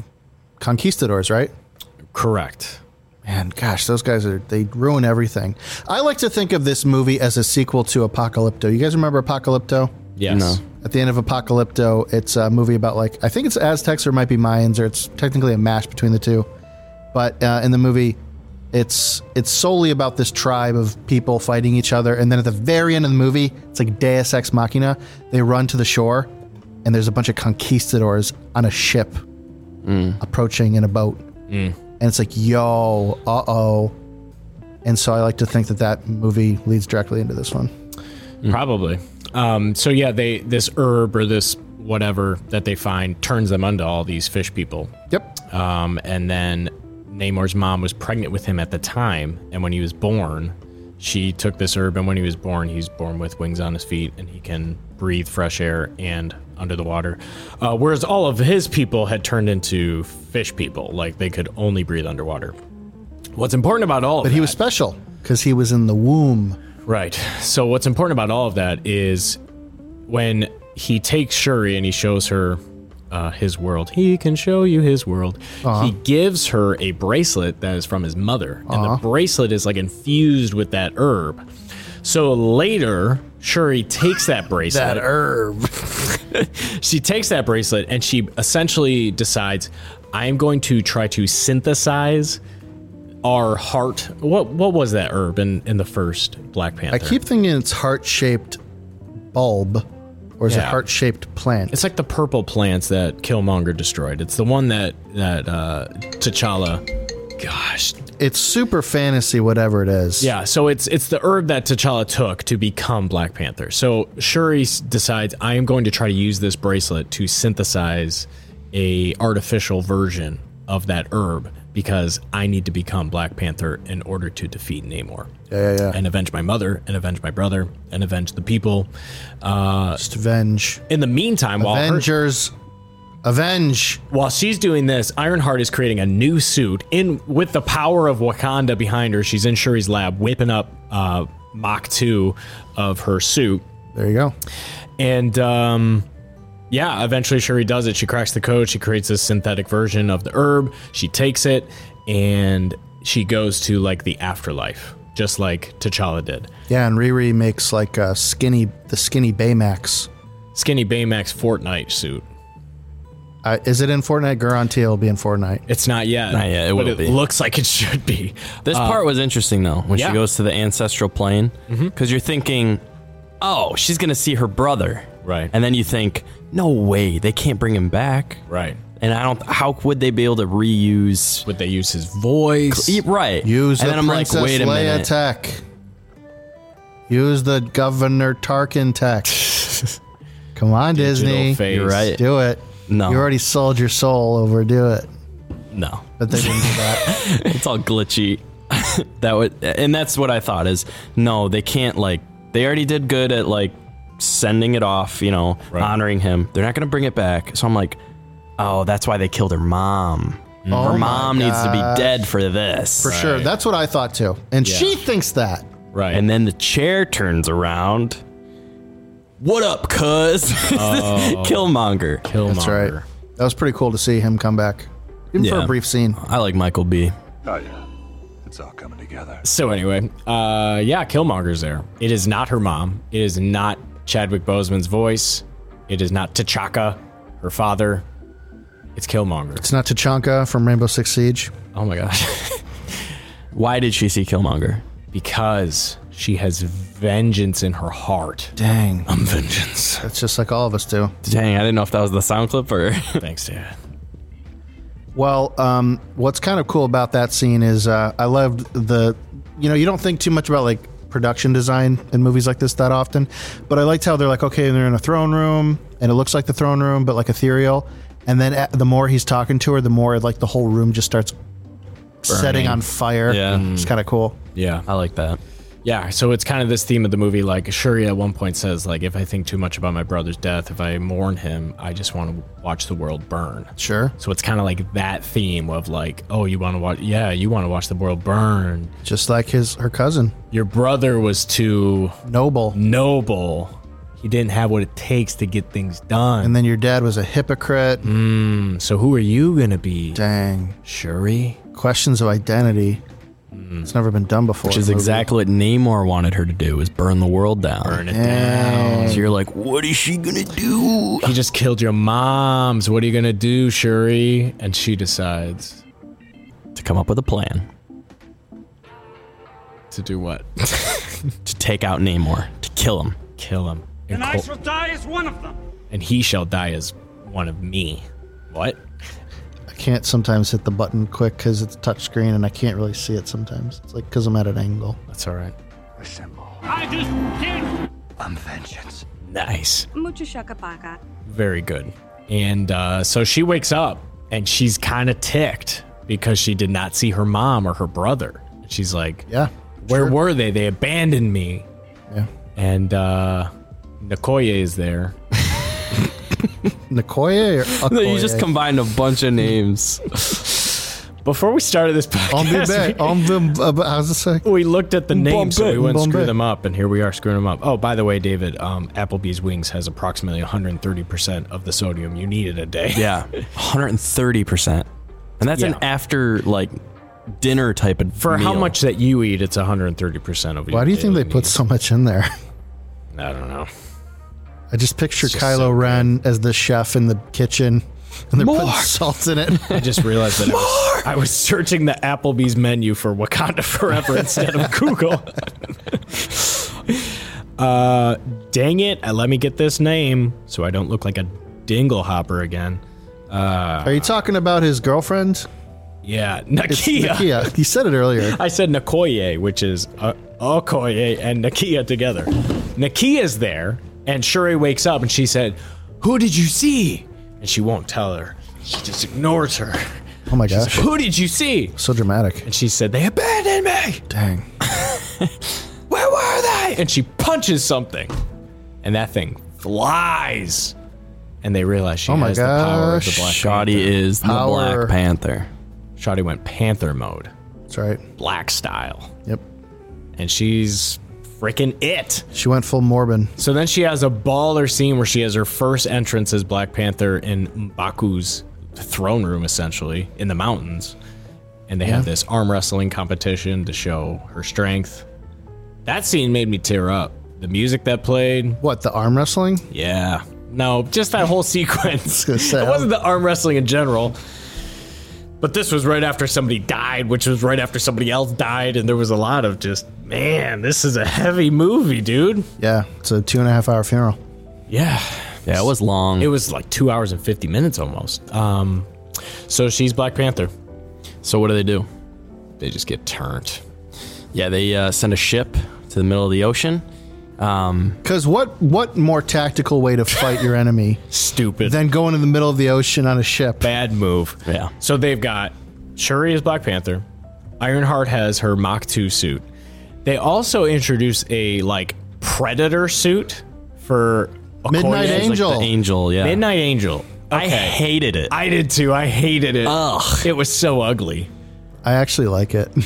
conquistadors, right? Correct. Man, gosh, those guys are—they ruin everything. I like to think of this movie as a sequel to Apocalypto. You guys remember Apocalypto? Yes. No. At the end of Apocalypto, it's a movie about like I think it's Aztecs or it might be Mayans or it's technically a mash between the two. But uh, in the movie, it's it's solely about this tribe of people fighting each other, and then at the very end of the movie, it's like Deus Ex Machina. They run to the shore, and there's a bunch of conquistadors on a ship approaching in a boat, and it's like yo, uh oh. And so I like to think that that movie leads directly into this one. Mm. Probably. Um, so yeah, they this herb or this whatever that they find turns them onto all these fish people. Yep. Um, and then Namor's mom was pregnant with him at the time, and when he was born, she took this herb. And when he was born, he's born with wings on his feet, and he can breathe fresh air and under the water. Uh, whereas all of his people had turned into fish people, like they could only breathe underwater. What's important about all? But he was special because he was in the womb. Right. So what's important about all of that is when he takes Shuri and he shows her uh, his world. He can show you his world. He gives her a bracelet that is from his mother, and the bracelet is like infused with that herb. So later, Shuri takes that bracelet. that herb. <laughs> she takes that bracelet and she essentially decides, I am going to try to synthesize our heart. What what was that herb in, in the first Black Panther? I keep thinking it's heart shaped bulb, or is it Yeah. heart shaped plant? It's like the purple plants that Killmonger destroyed. It's the one that that uh, T'Challa. Gosh, It's super fantasy, whatever it is. yeah. So it's it's the herb that T'Challa took to become Black Panther. So Shuri s- decides I am going to try to use this bracelet to synthesize a artificial version of that herb because I need to become Black Panther in order to defeat Namor yeah, yeah. yeah. and avenge my mother and avenge my brother and avenge the people. Uh, Just avenge, in the meantime, while her- Avengers, avenge. While she's doing this, Ironheart is creating a new suit in with the power of Wakanda behind her. She's in Shuri's lab, whipping up uh, Mach two of her suit, There you go. and um, yeah, eventually Shuri does it. She cracks the code. She creates this synthetic version of the herb. She takes it, and she goes to like the afterlife, just like T'Challa did. Yeah, and Riri makes like a skinny, the skinny Baymax. Skinny Baymax Fortnite suit. Uh, is it in Fortnite? Guarantee it'll be in Fortnite. It's not yet. Not yet, it but will it be. looks like it should be. This part was interesting though, when yeah. she goes to the ancestral plane, because you're thinking, oh, she's gonna see her brother, Right. And then you think, no way, they can't bring him back, Right. And I don't. How would they be able to reuse? Would they use his voice? E- Right. Use and the then I'm like, Princess wait a Leia minute. tech. Use the Governor <laughs> Tarkin tech. Come on, Disney. face. You're right. Do it. No. You already sold your soul over do it. no, But they didn't do that. it's all glitchy. <laughs> that would, and that's what I thought is no, they can't like. They already did good at like sending it off, you know, honoring him. They're not gonna bring it back. So I'm like, oh, that's why they killed her mom. Oh her my mom needs to gosh. be dead for this. For sure. That's what I thought too. And Yeah. she thinks that. right. And then the chair turns around. What up, cuz? <laughs> Oh. Killmonger. Killmonger. That's right. That was pretty cool to see him come back. Even for Yeah. a brief scene. I like Michael B. Oh, yeah. It's all coming together. So anyway, uh, yeah, Killmonger's there. It is not her mom. It is not Chadwick Boseman's voice. It is not T'Chaka, her father. It's Killmonger. It's not Tachanka from Rainbow Six Siege. Oh my gosh. Why did she see Killmonger? <laughs> because she has vengeance in her heart. Dang. I'm vengeance. That's just like all of us do. Dang, I didn't know if that was the sound clip or. <laughs> <laughs> Thanks, Dad. Well, um, what's kind of cool about that scene is uh, I loved the, you know, you don't think too much about like production design in movies like this that often, but I liked how they're like, okay, they're in a throne room and it looks like the throne room, but like ethereal. And then a the more he's talking to her, the more like the whole room just starts setting on fire. Yeah. Mm. It's kind of cool. Yeah. I like that. Yeah, so it's kind of this theme of the movie. Like Shuri at one point says, like, if I think too much about my brother's death, if I mourn him, I just want to watch the world burn. Sure. So it's kind of like that theme of like, oh, you want to watch? Yeah, you want to watch the world burn. Just like his, her cousin, Your brother was too Noble. Mm. noble. He didn't have what it takes to get things done. And then your dad was a hypocrite. Mm. So who are you gonna be, Dang. Shuri? Questions of identity. It's never been done before. Mm. Which is in a movie. exactly what Namor wanted her to do: is burn the world down. Burn it So you're like, what is she gonna do? He just killed your moms. What are you gonna do, Shuri? And she decides To come up with a plan to do what? <laughs> to take out Namor, to kill him. Kill him. And, and I co- shall die as one of them. and he shall die as one of me. What? I can't sometimes hit the button quick because it's touchscreen and I can't really see it sometimes. It's like because I'm at an angle. That's all right. Assemble. I just did. I'm vengeance. Nice. Mucho shaka paka. Very good. And uh, so she wakes up and she's kind of ticked because she did not see her mom or her brother. She's like, Yeah. Where were they? They abandoned me. Yeah. And uh, Nicoya is there. Nicoya or <laughs> Okoye? You just combined a bunch of names. Before we started this <laughs> On podcast, Bombay. On Bombay. How's it say? we, we looked at the names so we Bombay, went and Bombay. screw them up, and here we are screwing them up. Oh, by the way, David, um, Applebee's wings has approximately 130% of the sodium you need in a day. Yeah, 130 percent, and that's an Yeah. after like dinner type of For how meal. much that you eat, it's 130% of. Why do you think they put so much in there? <laughs> I don't know. I just picture just Kylo so Ren as the chef in the kitchen, and they're putting More. salt in <laughs> it. I just realized that I was, I was searching the Applebee's menu for Wakanda Forever instead of Google. uh, dang it! Uh, let me get this name so I don't look like a dingle hopper again. Are you talking about his girlfriend? Yeah, Nakia. Nakia. You said it <laughs> earlier. I said Nakoye, which is uh, Okoye and Nakia together. Nakia's there, and Shuri wakes up and she said, "Who did you see?" And she won't tell her. She just ignores her. Oh my gosh. Who did you see? So <laughs> dramatic. And she said, "They abandoned me." Dang. Where were they? And she punches something. And that thing flies. And they realize she Oh my has the power of the gosh. Black Shoddy is the Power. Black Panther. Panther. Shoddy went Panther mode, That's right. Black style. Yep. And she's freaking it. She went full Morbin. So then she has a baller scene where she has her first entrance as Black Panther in Mbaku's throne room, essentially, in the mountains. And they have this arm wrestling competition to show her strength. That scene made me tear up. The music that played, What, the arm wrestling? Yeah. No, just that whole <laughs> sequence. gonna say, it wasn't the arm wrestling in general. But this was right after somebody died, which was right after somebody else died, and there was a lot of just, man, this is a heavy movie, dude. Yeah. It's a two and a half hour funeral. Yeah. Yeah, it was long. It was like two hours and fifty minutes almost. Um so she's Black Panther. so what do they do? They just get turned. Yeah, they uh, send a ship to the middle of the ocean. Um, Because what, what more tactical way to fight <laughs> your enemy Stupid. than going in the middle of the ocean on a ship? bad move. Yeah. So they've got Shuri as Black Panther. Ironheart has her Mach 2 suit. They also introduce a like predator suit for Okoye. Midnight it was Angel. Like the angel. Yeah. Oh. Midnight Angel. I hated it. I did too. I hated it. Ugh. It was so ugly. I actually like it. <laughs>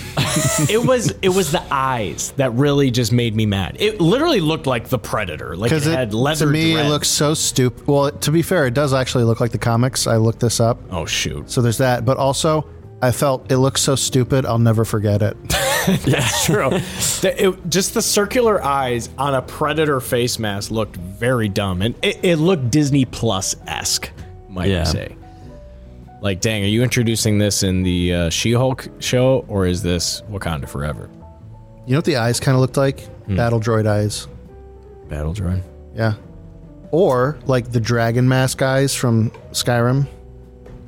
It was it was the eyes that really just made me mad. It literally looked like the Predator. Like it, Because it, had leather. to me, dreads. it looks so stupid. Well, to be fair, it does actually look like the comics. I looked this up. Oh shoot. So there's that. But also, I felt it looks so stupid, I'll never forget it. <laughs> <laughs> True. The- it- just the circular eyes on a predator face mask looked very dumb, and it, it looked Disney Plus esque, might I Yeah. say. Like, dang, are you introducing this in the uh, She-Hulk show, or is this Wakanda Forever? You know what the eyes kind of looked like? Hmm. Battle droid eyes. Battle drone. Yeah. Or like the dragon mask eyes from Skyrim.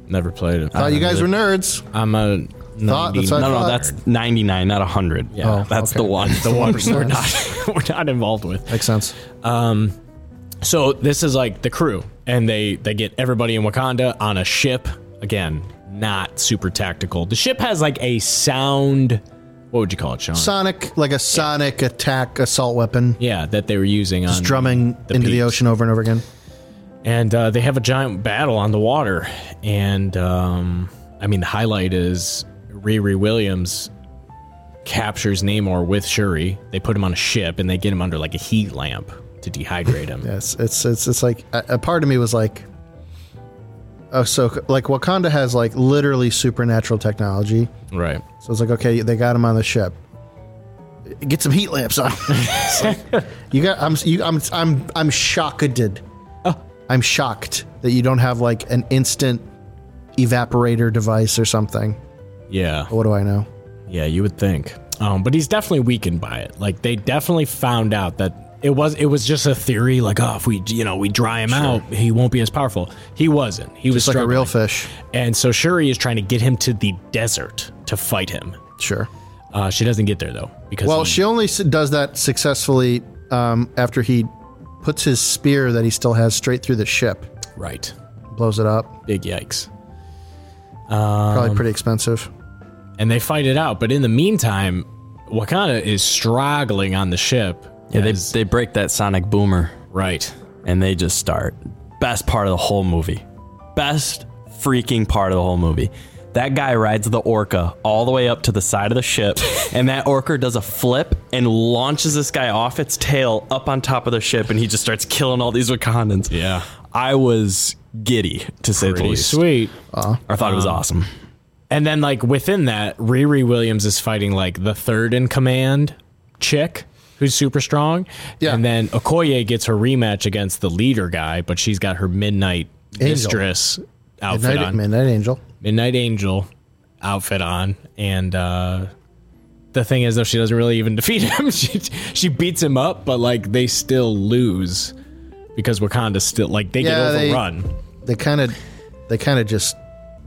Never played it. Thought you guys were nerds. I'm a Thought- 90 that's what I no, no, thought. that's 99, not 100. Yeah. Oh, that's okay. the one. <laughs> the one we're not <laughs> we're not involved with. <laughs> Makes sense. So this is like the crew, and they they get everybody in Wakanda on a ship. Again, not super tactical. The ship has like a sound. What would you call it, Sean? Sonic, like a sonic attack assault weapon, yeah, that they were using on drumming the into the peaks. ocean over and over again. and uh, they have a giant battle on the water. And um, I mean, the highlight is Riri Williams captures Namor with Shuri. They put him on a ship, and they get him under like a heat lamp to dehydrate him. Yes, it's it's it's like a, a part of me was like, Ahsoka. oh, Like Wakanda has like literally supernatural technology. Right. So it's like, okay, they got him on the ship. Get some heat lamps on. <laughs> It's like, you got. I'm. You, I'm. I'm. I'm shocked. I'm shocked that you don't have like an instant evaporator device or something. Yeah. What do I know? Yeah, you would think. Um, but he's definitely weakened by it. Like they definitely found out that it was it was just a theory. Like, oh, if we you know we dry him out, he won't be as powerful. He wasn't. He was It's like a real struggling. fish. And so Shuri is trying to get him to the desert to fight him. Sure. Uh, she doesn't get there though because Well, he- she only s- does that successfully um, after he puts his spear that he still has straight through the ship, right. blows it up. Big yikes. Probably Um, pretty expensive. And they fight it out. But in the meantime, Wakanda is struggling on the ship. Yeah, they, as- they break that sonic boomer right. and they just start. Best part of the whole movie. Best freaking part of the whole movie. That guy rides the orca all the way up to the side of the <laughs> ship, and that orca does a flip and launches this guy off its tail up on top of the ship, and he just starts killing all these Wakandans. Yeah. I was giddy, to say the Pretty least. sweet. Um, I thought it was awesome. And then like within that, Riri Williams is fighting like the third in command chick who's super strong. Yeah. And then Okoye gets her rematch against the leader guy, but she's got her midnight Angel. mistress outfit Midnight, on. Midnight Angel. Midnight Angel outfit on and uh the thing is though she doesn't really even <laughs> defeat him. she she beats him up, but like they still lose because Wakanda still like they Yeah, get they- overrun. They kind of, they kind of just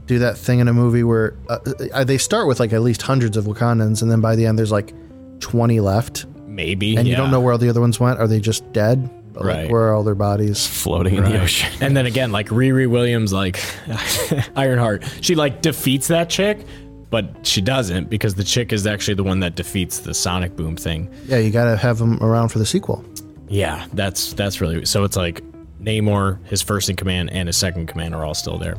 do that thing in a movie where uh, uh, they start with like at least hundreds of Wakandans, and then by the end there's like twenty left, Maybe. and you don't yeah. know where all the other ones went. Are they just dead? But, like, Right. where are all their bodies? Floating in the ocean. And then again, like Riri Williams, like <laughs> Ironheart, she like defeats that chick, but she doesn't because the chick is actually the one that defeats the sonic boom thing. Yeah, you gotta have them around for the sequel. Yeah, that's that's really so. It's like Namor, his first in command, and his second in command are all still there.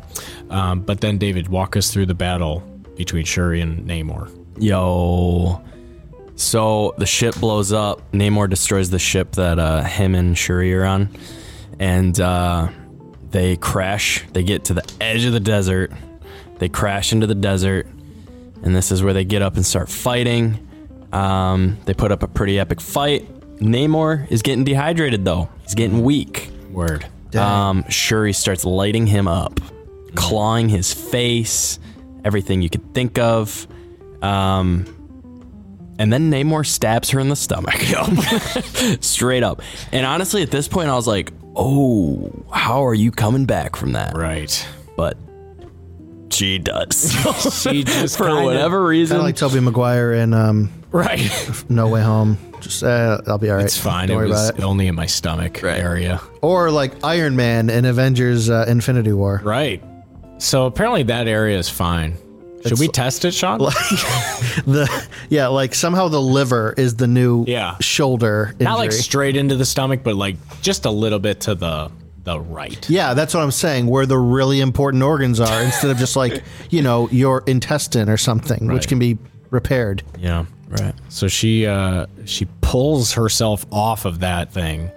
Um, but then David, walk us through the battle between Shuri and Namor. Yo. So the ship blows up. Namor destroys the ship that uh, him and Shuri are on. And uh, they crash. They get to the edge of the desert. They crash into the desert. And this is where they get up and start fighting. Um, they put up a pretty epic fight. Namor is getting dehydrated, though. He's getting weak. Word. Um, Shuri starts lighting him up, clawing his face, everything you could think of. Um, and then Namor stabs her in the stomach. <laughs> Straight up. And honestly, at this point, I was like, oh, how are you coming back from that? Right. But she does. <laughs> She <laughs> just For kinda- whatever reason. Kind of like Tobey Maguire in um, Right. No Way Home. Just uh, I'll be all right. It's fine. Don't it worry was about it. only in my stomach area. Or like Iron Man in Avengers: uh, Infinity War. Right. So apparently that area is fine. Should we test it, Sean? The <laughs> yeah, like somehow the liver is the new Yeah. shoulder injury. Not like straight into the stomach, but like just a little bit to the the right. yeah, that's what I'm saying. Where the really important organs are, instead of just like <laughs> you know your intestine or something, which Right. can be repaired. Yeah. Right. So she uh she pulls herself off of that thing.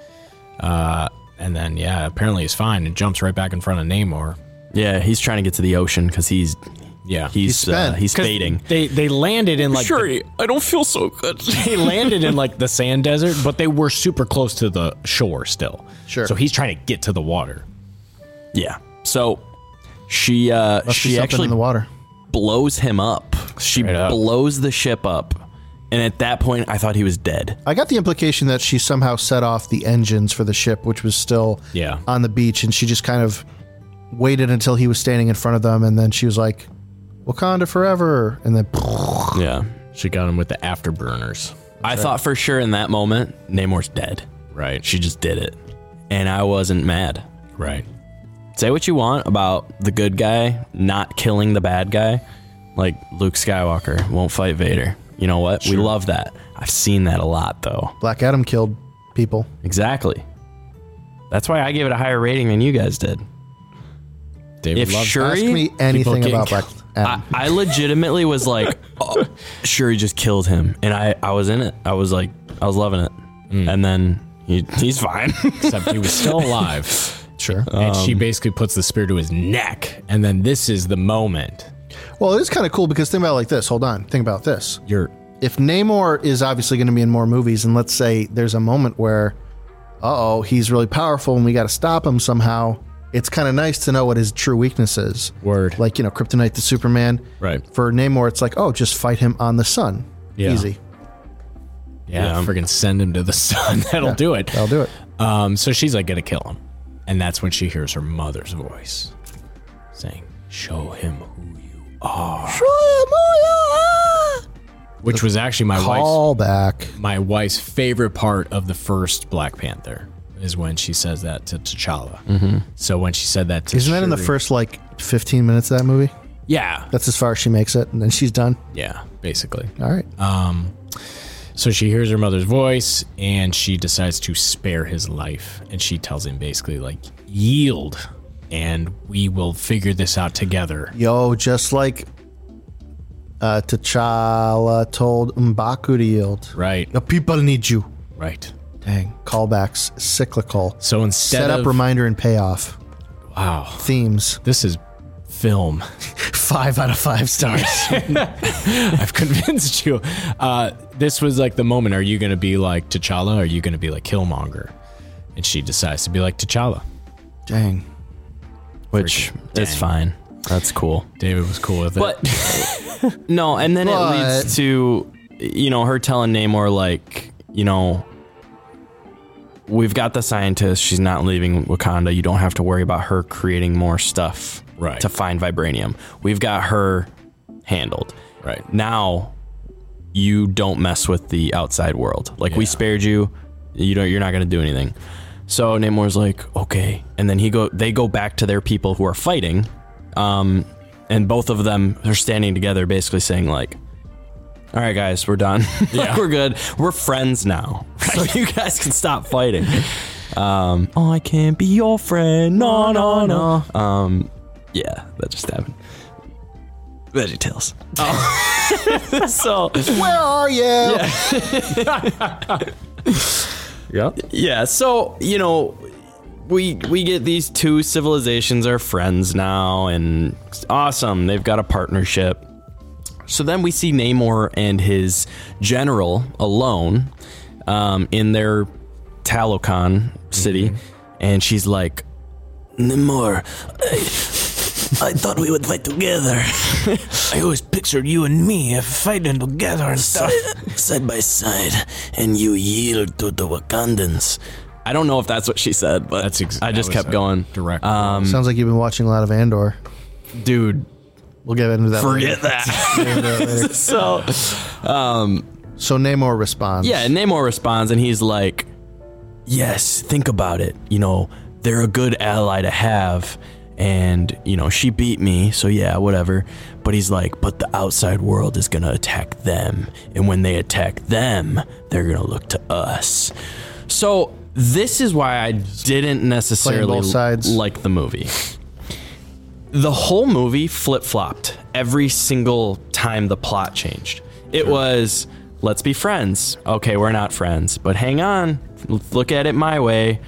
Uh and then yeah, apparently it's fine and jumps right back in front of Namor. yeah, he's trying to get to the ocean because he's. Yeah. He's He's uh, spent. he's 'Cause fading. They they landed in like the, I don't feel so good. <laughs> they landed in like the sand desert, but they were super close to the shore still. Sure. So he's trying to get to the water. Yeah. So she uh Must be she something actually in the water. blows him up. She Straight up. blows the ship up. And at that point I thought he was dead. I got the implication that she somehow set off the engines for the ship, which was still Yeah. on the beach, and she just kind of waited until he was standing in front of them, and then she was like, "Wakanda forever," and then <laughs> Yeah. She got him with the afterburners. I thought for sure in that moment Namor's dead. Right. She just did it. And I wasn't mad. Right. Say what you want about the good guy not killing the bad guy. Like Luke Skywalker won't fight Vader. You know what? We love that. I've seen that a lot though. Black Adam killed people. Exactly. That's why I gave it a higher rating than you guys did. David If loves Shuri- Ask Three me people anything getting about Black I, Adam. I legitimately was like, <laughs> oh, sure, he just killed him. And I, I was in it. I was like, I was loving it. And then he, Mm. he's fine. <laughs> except he was still alive. Sure. and she basically puts the spear to his neck, and then this is the moment. Well, it is kind of cool because think about it like this. Hold on. Think about this. You're If Namor is obviously going to be in more movies, and let's say there's a moment where, uh oh, he's really powerful and we got to stop him somehow, it's kind of nice to know what his true weakness is. Word. Like, you know, Kryptonite to Superman. Right. For Namor, it's like, oh, just fight him on the sun. Yeah. Easy. yeah, Yeah. friggin' send him to the <laughs> sun. That'll do it. I'll do it. Um, so she's like gonna kill him, and that's when she hears her mother's voice saying, "Show him who you are." Which was actually my wife's Call back. my wife's favorite part of the first Black Panther is when she says that to T'Challa. So when she said that to Mm-hmm. Isn't that in the Shuri- first like 15 minutes of that movie? Yeah, That's as far as she makes it, and then she's done. yeah, basically. All right. Uh. So she hears her mother's voice and she decides to spare his life. And she tells him basically, like, yield and we will figure this out together. Yo, just like uh, T'Challa told Mbaku to yield. Right, The people need you. right. Dang. Callbacks, cyclical. So instead Set up, of. reminder, and payoff. wow, Themes. this is film. <laughs> Five out of five stars. <laughs> I've convinced you. Uh, this was like the moment. Are you going to be like T'Challa? Or are you going to be like Killmonger? And she decides to be like T'Challa. Dang. which is dang. fine. That's cool. David was cool with it. But <laughs> no, and then it But- leads to you know her telling Namor like you know we've got the scientist. She's not leaving Wakanda. You don't have to worry about her creating more stuff Right. to find vibranium. We've got her handled. right. Now you don't mess with the outside world. Like we Yeah. spared you. You know you're not gonna do anything. So Namor's like, okay, and then he go. They go back to their people who are fighting, um, and both of them are standing together, basically saying like, "All right, guys, we're done. <laughs> Like, we're good. We're friends now. <laughs> So you guys can stop fighting." Um, I can't be your friend. No, no, no. Um, yeah, that just happened. Veggie Tales. Oh. <laughs> so Where are you? Yeah, so you know, we we get these two civilizations are friends now, and it's awesome. They've got a partnership. So then we see Namor and his general alone um, in their Talokan city, and she's like, Namor. I, I thought we would fight together. <laughs> I always pictured you and me uh, fighting together and stuff. Side by side, and you yield to the Wakandans. I don't know if that's what she said, but That's ex- I just that was kept a going. Direct. Um, Sounds like you've been watching a lot of Andor. Uh, Dude, We'll get into that. forget that. later. We'll get into that <laughs> later. so, So Namor responds. yeah, and Namor responds, and he's like, Yes, think about it. You know, they're a good ally to have. And, you know, she beat me, so yeah, whatever. But he's like, But the outside world is going to attack them. And when they attack them, they're going to look to us. So, this is why I didn't necessarily both sides. like the movie. the whole movie flip flopped every single time the plot changed. It was let's be friends. Okay, we're not friends, but hang on. L- Look at it my way.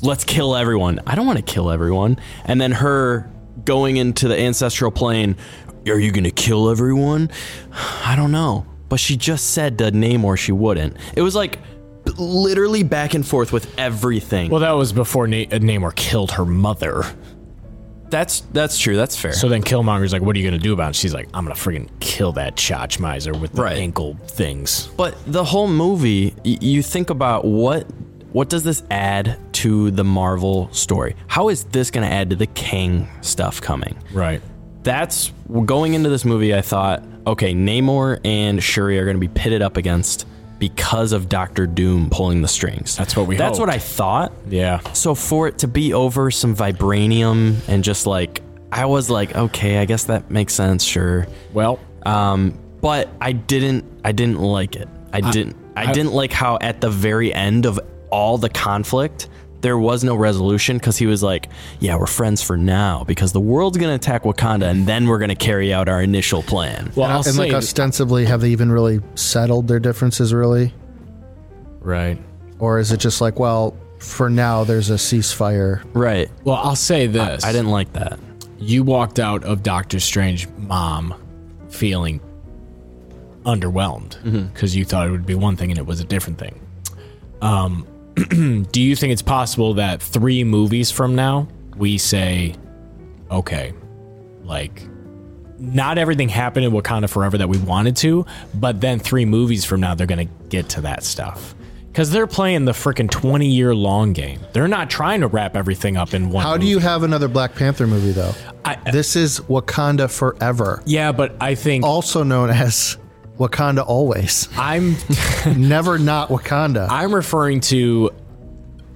Let's kill everyone. I don't want to kill everyone. And then her going into the ancestral plane. Are you going to kill everyone? <sighs> I don't know. But she just said to Namor she wouldn't. It was like b- literally back and forth with everything. well, that was before Na- uh, Namor killed her mother. that's that's true. That's fair. So then Killmonger's like, "What are you gonna do about it?" She's like, "I'm gonna friggin' kill that Chach miser with the Right. ankle things." But the whole movie, y- you think about what what does this add to the Marvel story? How is this going to add to the King stuff coming? Right. That's going into this movie. I thought, okay, Namor and Shuri are going to be pitted up against because of Doctor Doom pulling the strings. That's what we That's what hoped. I thought. Yeah. So for it to be over some vibranium and just like I was like, okay, I guess that makes sense. Sure. Well, Um, but I didn't. I didn't like it. I didn't. I, Uh, I- didn't like how at the very end of all the conflict, there was no resolution because he was like, "Yeah, we're friends for now because the world's gonna attack Wakanda and then we're gonna carry out our initial plan." well, I'll and say like ostensibly, have they even really settled their differences, really? right. Or is it just like, well, for now there's a ceasefire. Right. Well, I'll say this. I didn't like that. You walked out of Doctor Strange mom feeling underwhelmed because you thought it would be one thing and it was a different thing. Um, <clears throat> do you think it's possible that three movies from now we say, okay, like not everything happened in Wakanda Forever that we wanted to, but then three movies from now, they're going to get to that stuff. Because they're playing the freaking 20 year long game. They're not trying to wrap everything up in one. How do you have another Black Panther movie though? I- this is Wakanda Forever, Yeah, but I think also known as Wakanda Always. <laughs> I'm Never not Wakanda. I'm referring to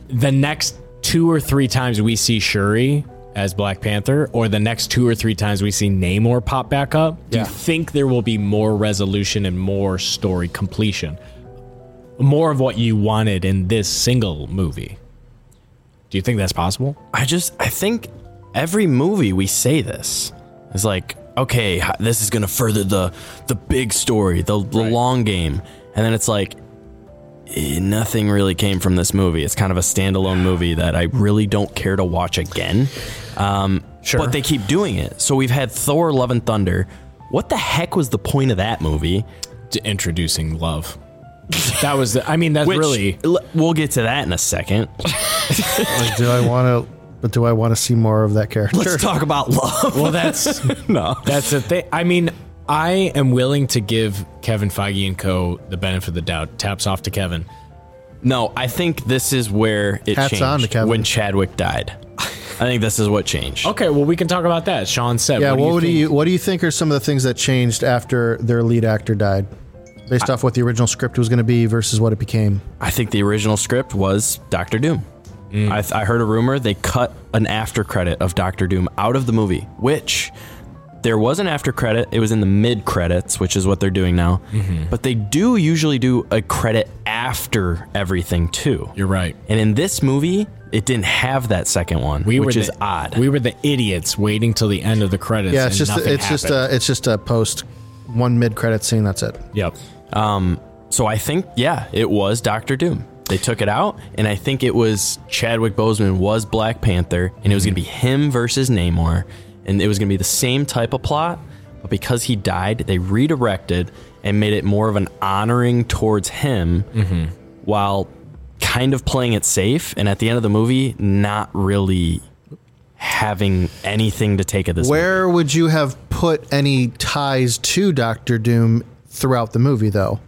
the next two or three times we see Shuri as Black Panther, or the next two or three times we see Namor pop back up. Do you think there will be more resolution and more story completion? More of what you wanted in this single movie. Do you think that's possible? I just I think every movie we say this is like okay h- this is gonna further the the big story the, the long game and then it's like eh, nothing really came from this movie it's kind of a standalone movie that I really don't care to watch again um, Sure. but they keep doing it so we've had Thor Love and Thunder what the heck was the point of that movie D- introducing love. That was the. I mean, that's Which, really. l- we'll get to that in a <laughs> second do I want to? But do I want to see more of that character? let's talk about <laughs> love Well, that's no That's the thing. I mean, I am willing to give Kevin Feige and Co. the benefit of the doubt. Taps off to Kevin. No, I think this is where it Hats changed on to Kevin. when Chadwick died. I think this is what changed. Okay, well, we can talk about that. Sean said, yeah. what do do you you? What do you think are some of the things that changed after their lead actor died, based off what the original script was going to be versus what it became? I think the original script was Doctor Doom. Mm. I, th- I heard a rumor they cut an after credit of Doctor Doom out of the movie, which there was an after credit. It was in the mid credits, which is what they're doing now. Mm-hmm. But they do usually do a credit after everything too. You're right. And in this movie, it didn't have that second one, We which were is the- odd. We were the idiots waiting till the end of the credits. Yeah, it's and just nothing it's just happened. a it's just a post one mid credit scene. That's it. yep. Oh So I think, yeah, it was Doctor Doom. They took it out, and I think it was Chadwick Boseman was Black Panther, and it was going to be him versus Namor, and it was going to be the same type of plot, but because he died, they redirected and made it more of an honoring towards him, while kind of playing it safe, and at the end of the movie, not really having anything to take of this. Where would you have put any ties to Doctor Doom throughout the movie, though?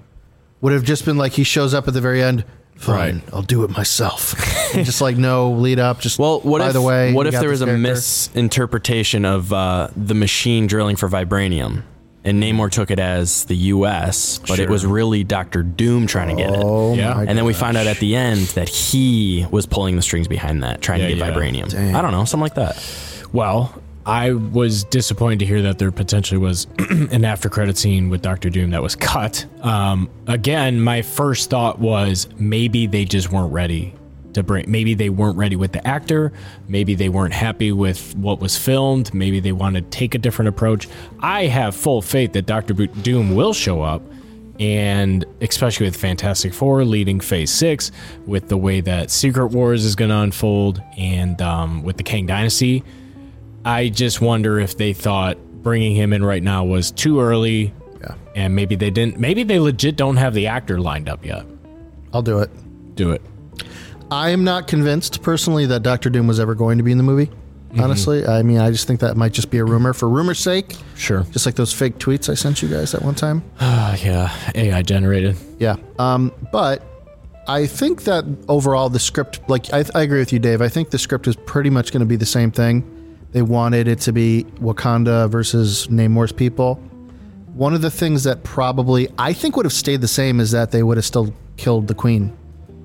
Would have just been like he shows up at the very end. Fine, Right. I'll do it myself. <laughs> And just like no lead up. Just Well, what by if the way, what we if got there was this a character." misinterpretation of uh, the machine drilling for vibranium, and Namor took it as the U.S., but it was really Doctor Doom trying to get it. Oh Yeah. my And and then we found out at the end that he was pulling the strings behind that, trying to Yeah, get yeah. vibranium. I don't know, something like that. Well, I was disappointed to hear that there potentially was <clears throat> an after credit scene with Doctor Doom that was cut. Um, again, my first thought was maybe they just weren't ready to bring. Maybe they weren't ready with the actor. Maybe they weren't happy with what was filmed. Maybe they want to take a different approach. I have full faith that Doctor Doom will show up. And especially with Fantastic Four leading Phase Six, with the way that Secret Wars is going to unfold, and um, with the Kang Dynasty, I just wonder if they thought bringing him in right now was too early. Yeah. And maybe they didn't. Maybe they legit don't have the actor lined up yet. I'll do it. Do it. I am not convinced personally that Doctor Doom was ever going to be in the movie. Honestly, I mean, I just think that might just be a rumor for rumor's sake, Sure. just like those fake tweets I sent you guys at one time. Uh, yeah. AI generated. Yeah. Um, but I think that overall the script, like I, I agree with you, Dave. I think the script is pretty much going to be the same thing. They wanted it to be Wakanda versus Namor's people. One of the things that probably I think would have stayed the same is that they would have still killed the queen.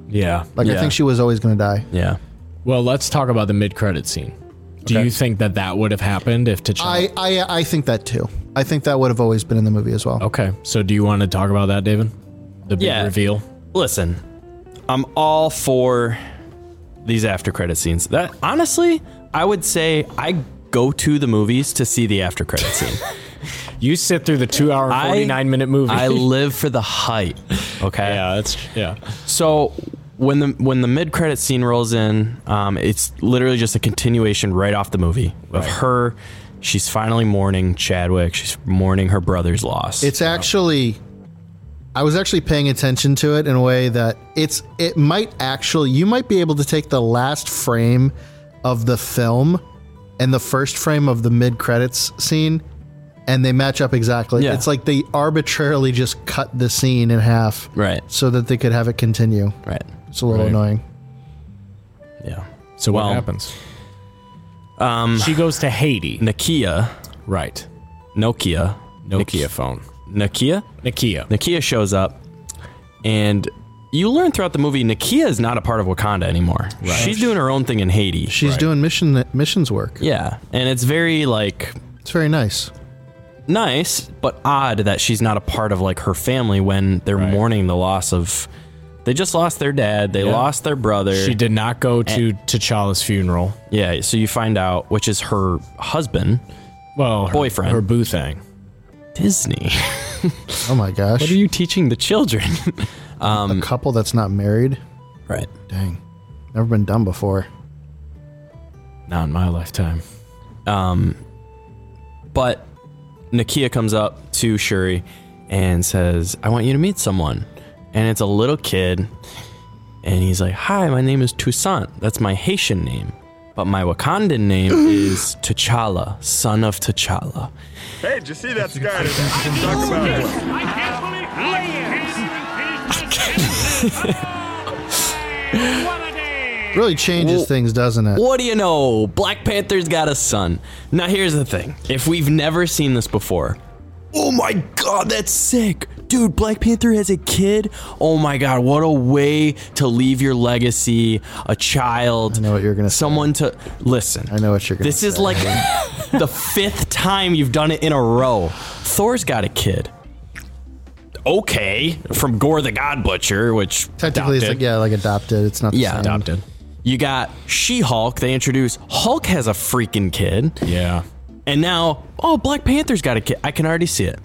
Yeah. Like I Yeah. think she was always going to die. Yeah. Well, let's talk about the mid-credit scene. Do you think that that would have happened if T'Challa? I, I I think that too. I think that would have always been in the movie as well. okay. So do you want to talk about that, David? The big Yeah. reveal. Listen, I'm all for these after credit scenes. That honestly, I would say I go to the movies to see the after credit <laughs> scene. You sit through the two-hour, I- <laughs> forty-nine-minute movie. I live for the hype. Okay. yeah. That's yeah. So when the when the mid credit scene rolls in, um, it's literally just a continuation right off the movie of her. She's finally mourning Chadwick. She's mourning her brother's loss. It's actually I was actually paying attention to it in a way that it's it might actually you might be able to take the last frame of the film and the first frame of the mid credits scene and they match up exactly. Yeah. It's like they arbitrarily just cut the scene in half right, so that they could have it continue. right, It's a little Right. annoying. yeah. So what Well- happens? Um, she goes to Haiti. Nakia, Right. Nokia, Nokia phone. Nokia, Nokia. Nakia shows up, and you learn throughout the movie Nakia is not a part of Wakanda anymore. She's doing her own thing in Haiti. She's doing mission missions work. yeah, and it's very like It's very nice. nice, but odd that she's not a part of like her family when they're mourning the loss of. They just lost their dad. They lost their brother. She did not go to T'Challa's funeral. Yeah, so you find out, which is her husband, Well, her, Boyfriend. her boo thing. Disney. Oh my gosh. what are you teaching the children? a couple that's not married? <laughs> right. Dang. Never been done before. Not in my lifetime. But Nakia comes up to Shuri and says, I want you to meet someone. And it's a little kid. And he's like, Hi, my name is Toussaint. That's my Haitian name. But my Wakandan <gasps> name is T'Challa, son of T'Challa. Hey, did you see that scar today? Talk about it. I can't believe I can't even finish this sentence. What a day! Really changes Well- things, doesn't it? What do you know? Black Panther's got a son. Now, here's the thing if we've never seen this before, oh my god, that's sick. Dude, Black Panther has a kid. Oh my god, what a way to leave your legacy, a child. I know what you're gonna say. Someone to listen. I know what you're gonna This is say. like <laughs> the fifth time you've done it in a row. Thor's got a kid. Okay, from Gore the God Butcher, which Technically, it's adopted. like yeah, like adopted. It's not the Yeah. same. Adopted. You got She Hulk. They introduce Hulk has a freaking kid. Yeah. And now, oh, Black Panther's got a kid. I can already see it.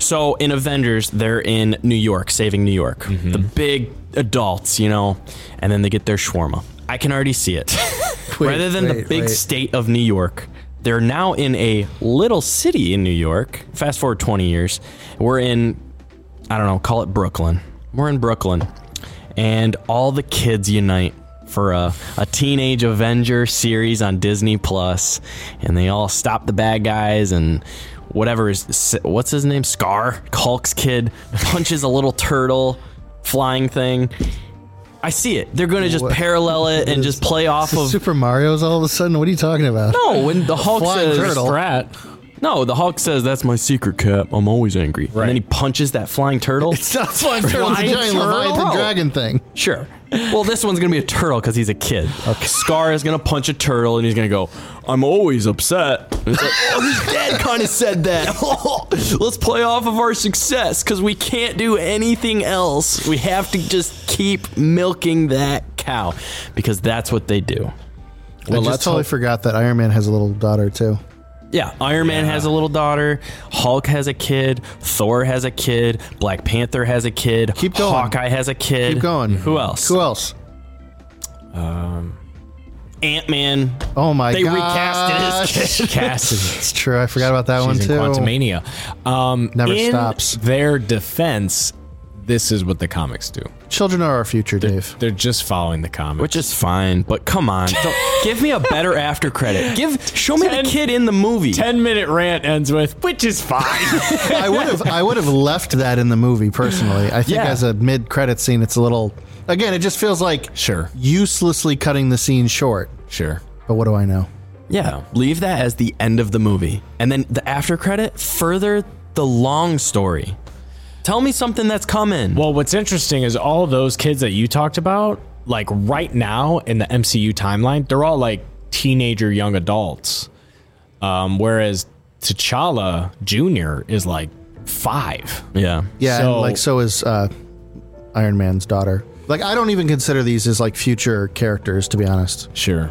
So in Avengers, they're in New York, saving New York. The big adults, you know, and then they get their shawarma. I can already see it. <laughs> Rather than the wait, big wait. state of New York, they're now in a little city in New York. Fast forward 20 years, we're in, I don't know, call it Brooklyn. We're in Brooklyn, and all the kids unite for a, a teenage Avenger series on Disney Plus, and they all stop the bad guys and whatever is what's his name Scar Hulk's kid <laughs> punches a little turtle flying thing. I see it. They're going to just What- parallel it and just play off This is of Super Mario's all of a sudden. What are you talking about? no, when the Hulk flying says turtle. Brat. no, the Hulk says that's my secret cap. I'm always angry. And then he punches that flying turtle. It's not flying turtle. <laughs> It's a Flying giant turtle? leviathan dragon thing. Sure. Well, this one's gonna be a turtle because he's a kid. Scar is gonna punch a turtle and he's gonna go, "I'm always upset." And it's like, <laughs> oh, his dad kind of said that. <laughs> Let's play off of our success because we can't do anything else. We have to just keep milking that cow because that's what they do. I just let's totally hope- forgot that Iron Man has a little daughter too. Yeah, Iron Man has a little daughter. Hulk has a kid. Thor has a kid. Black Panther has a kid. Keep going. Hawkeye has a kid. Keep going. Who else? Who else? Ant Man. Oh my They god! recasted his kid. Cassidy. <laughs> It's true. I forgot about that one She's too. in Quantumania. Um, Never in stops. Their defense. This is what the comics do. Children are our future, Dave. They're just following the comics. Which is fine, but come <laughs> on. Don't, give me a better after credit. Give show me Ten- the kid in the movie. ten minute rant ends with which is fine. I would have. I would have left that in the movie personally. I think Yeah. as a mid-credit scene, it's a little. Again, it just feels like sure. uselessly cutting the scene short. <laughs> Sure. But what do I know? Yeah. Leave that as the end of the movie. And then the after credit further the long story. Tell me something that's coming. Well, what's interesting is all those kids that you talked about, like right now in the MCU timeline, they're all like teenager, young adults. Um, whereas T'Challa Jr. is like five. yeah. Yeah, So- and like so is uh, Iron Man's daughter. Like I don't even consider these as like future characters, to be honest. Sure.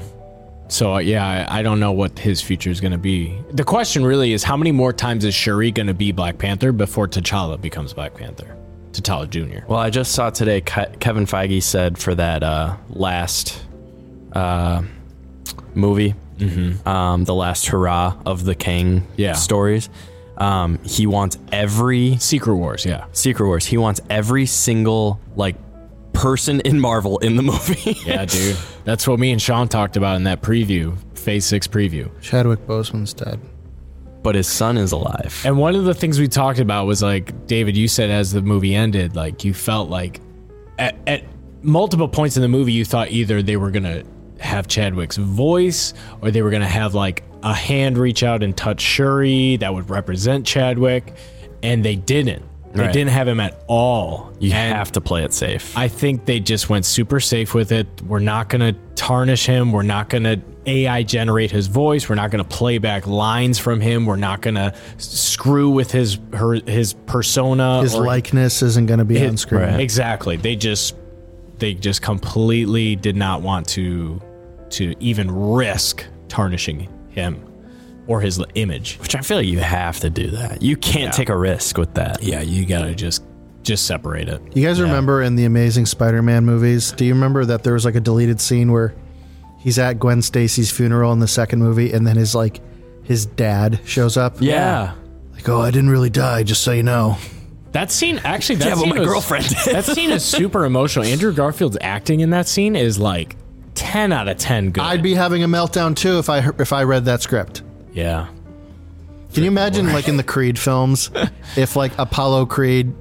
So uh, yeah, I, I don't know what his future is going to be. The question really is, how many more times is Shuri going to be Black Panther before T'Challa becomes Black Panther? T'Challa Jr. Well, I just saw today Ke- Kevin Feige said for that uh, last uh, movie, um, the last hurrah of the Kang Mm-hmm. Yeah. stories, um, he wants every Secret Wars, yeah. Secret Wars. He wants every single like person in Marvel in the movie. <laughs> Yeah, dude. <laughs> That's what me and Sean talked about in that preview, Phase 6 preview. Chadwick Boseman's dead. but his son is alive. And one of the things we talked about was like, David, you said as the movie ended, like you felt like at, at multiple points in the movie, you thought either they were going to have Chadwick's voice or they were going to have like a hand reach out and touch Shuri that would represent Chadwick. And they didn't. They Right. didn't have him at all. You And have to play it safe. I think they just went super safe with it. We're not going to tarnish him. We're not going to AI generate his voice. We're not going to play back lines from him. We're not going to screw with his her, his persona. His or- likeness isn't going to be on It- screen. Right. Exactly. They just they just completely did not want to to even risk tarnishing him or his image. Which I feel like you have to do that. You can't take a risk with that. Yeah, you got to just just separate it. You guys remember in the Amazing Spider-Man movies? Do you remember that there was like a deleted scene where he's at Gwen Stacy's funeral in the second movie, and then his like his dad shows up? Yeah. like oh, I didn't really die, just so you know. That scene actually that Yeah, but scene my was- girlfriend did. that scene is super emotional. Andrew Garfield's acting in that scene is like ten out of ten good. I'd be having a meltdown too if I if I read that script. yeah. Can you imagine like in the Creed films, <laughs> if like Apollo Creed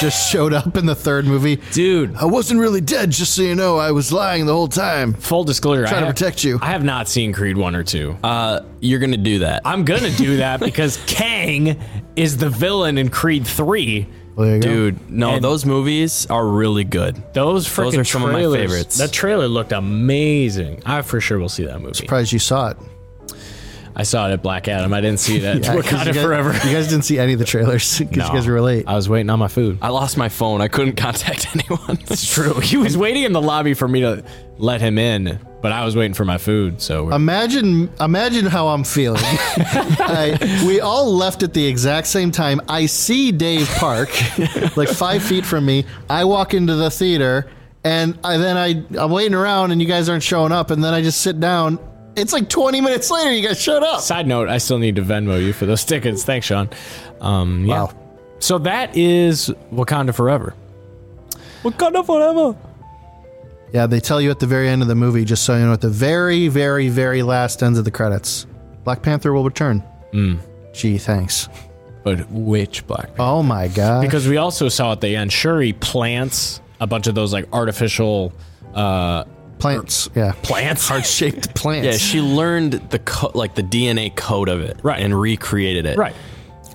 just showed up in the third movie? Dude, I wasn't really dead, just so you know. I was lying the whole time. full disclosure, Trying I to have- protect you. I have not seen Creed one or two. Uh, you're gonna do that. I'm gonna do <laughs> that because Kang is the villain in Creed three. There you go. Dude, no, And- those movies are really good. Those freaking are some of my trailers, favorites. That trailer looked amazing. I for sure will see that movie. surprised you saw it. I saw it at Black Adam. I didn't see that. <laughs> Yeah, 'cause you Wakanda guys- Forever. Uh, You guys didn't see any of the trailers <laughs> because you guys were late. I was waiting on my food. I lost my phone. I couldn't <laughs> contact anyone. It's true. <laughs> He was waiting in the lobby for me to let him in, but I was waiting for my food. So we're- Imagine, imagine how I'm feeling. I, we all left at the exact same time. I see Dave Park, like five feet from me. I walk into the theater, and I, then I, I'm waiting around, and you guys aren't showing up. And then I just sit down. It's like 20 minutes later, you guys showed up. Side note, I still need to Venmo you for those <laughs> tickets. Thanks, Sean. Um, yeah. Wow. So that is Wakanda Forever. Wakanda Forever. Yeah, they tell you at the very end of the movie, just so you know, at the very, very, very last ends of the credits, Black Panther will return. Gee, thanks. But which Black Panther? Oh my god. Because we also saw at the end, Shuri plants a bunch of those like artificial uh, plants. Yeah. plants. Heart shaped yeah, plants. she learned the co- like the DNA code of it, Right. and recreated it. <laughs> right.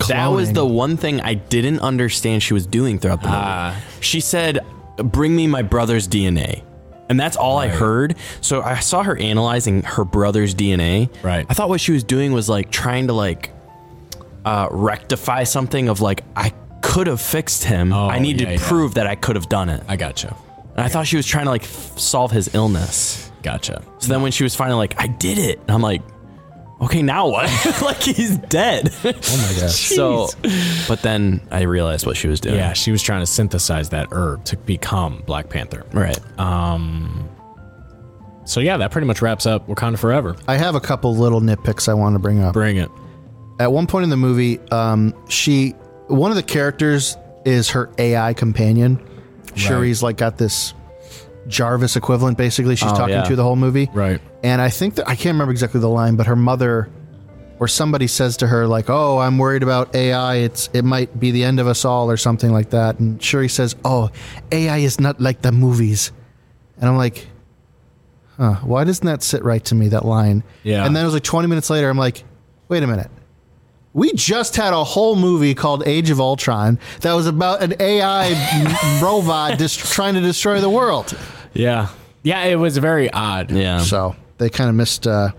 That was Cloning. the one thing I didn't understand she was doing throughout the movie. she said, "Bring me my brother's DNA." And that's all I heard. So I saw her analyzing her brother's DNA. Right. I thought what she was doing was like trying to like uh, rectify something of like I could have fixed him. I need yeah, to yeah. prove that Oh, I could have done it. I gotcha. And I thought she was trying to like f- solve his illness. Gotcha. So then when she was finally like, I did it, and I'm like, okay, now what? <laughs> like he's dead. Oh my gosh. So, but then I realized what she was doing. Yeah, she was trying to synthesize that herb to become Black Panther. Right. So yeah, that pretty much wraps up Wakanda Forever. I have a couple little nitpicks I want to bring up. Bring it. At one point in the movie, um, she one of the characters is her AI companion. Shuri's like got this Jarvis equivalent basically she's talking yeah. to the whole movie. Right. And I think that I can't remember exactly the line, but her mother or somebody says to her like, "Oh, I'm worried about AI. It's it might be the end of us all or something like that." And Shuri says, "Oh, AI is not like the movies." And I'm like, "Huh, why doesn't that sit right to me that line?" Yeah. And then it was like 20 minutes later, I'm like, "Wait a minute. We just had a whole movie called Age of Ultron that was about an AI <laughs> robot just trying to destroy the world." Yeah. Yeah, it was very odd. yeah. So they kind of missed. Uh,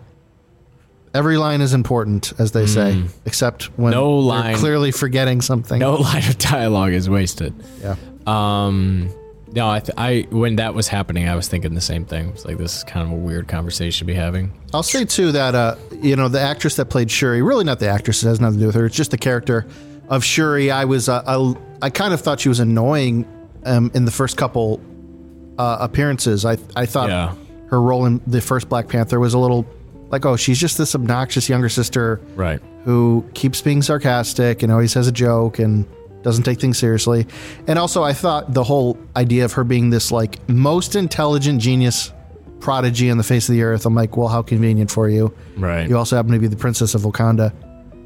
every line is important, as they say, except when Mm. No they're line. clearly forgetting something. No <laughs> line of dialogue is wasted. Yeah. Um, no, I, th- I when that was happening, I was thinking the same thing. It's like this is kind of a weird conversation to be having. I'll say too that uh, you know the actress that played Shuri, really not the actress. It has nothing to do with her. It's just the character of Shuri, I was uh, I, I kind of thought she was annoying um, in the first couple uh, appearances. I I thought Yeah. her role in the first Black Panther was a little like oh she's just this obnoxious younger sister Right. who keeps being sarcastic and always has a joke and doesn't take things seriously. And also, I thought the whole idea of her being this like most intelligent genius prodigy on the face of the earth. I'm like, well, how convenient for you. Right. You also happen to be the princess of Wakanda.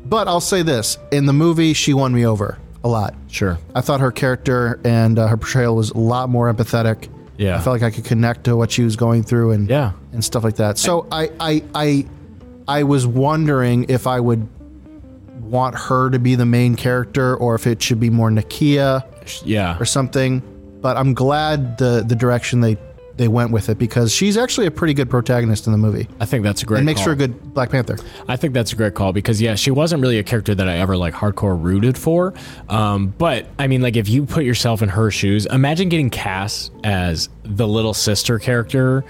But I'll say this: in the movie, she won me over a lot. Sure. I thought her character and uh, her portrayal was a lot more empathetic. Yeah. I felt like I could connect to what she was going through and Yeah. and stuff like that. So I I I I was wondering if I would want her to be the main character or if it should be more Nakia Yeah. or something. But I'm glad the the direction they they went with it because she's actually a pretty good protagonist in the movie. I think that's a great. It makes call. her a good Black Panther. I think that's a great call because yeah, she wasn't really a character that I ever like hardcore rooted for. Um, but I mean, like if you put yourself in her shoes, imagine getting cast as the little sister character,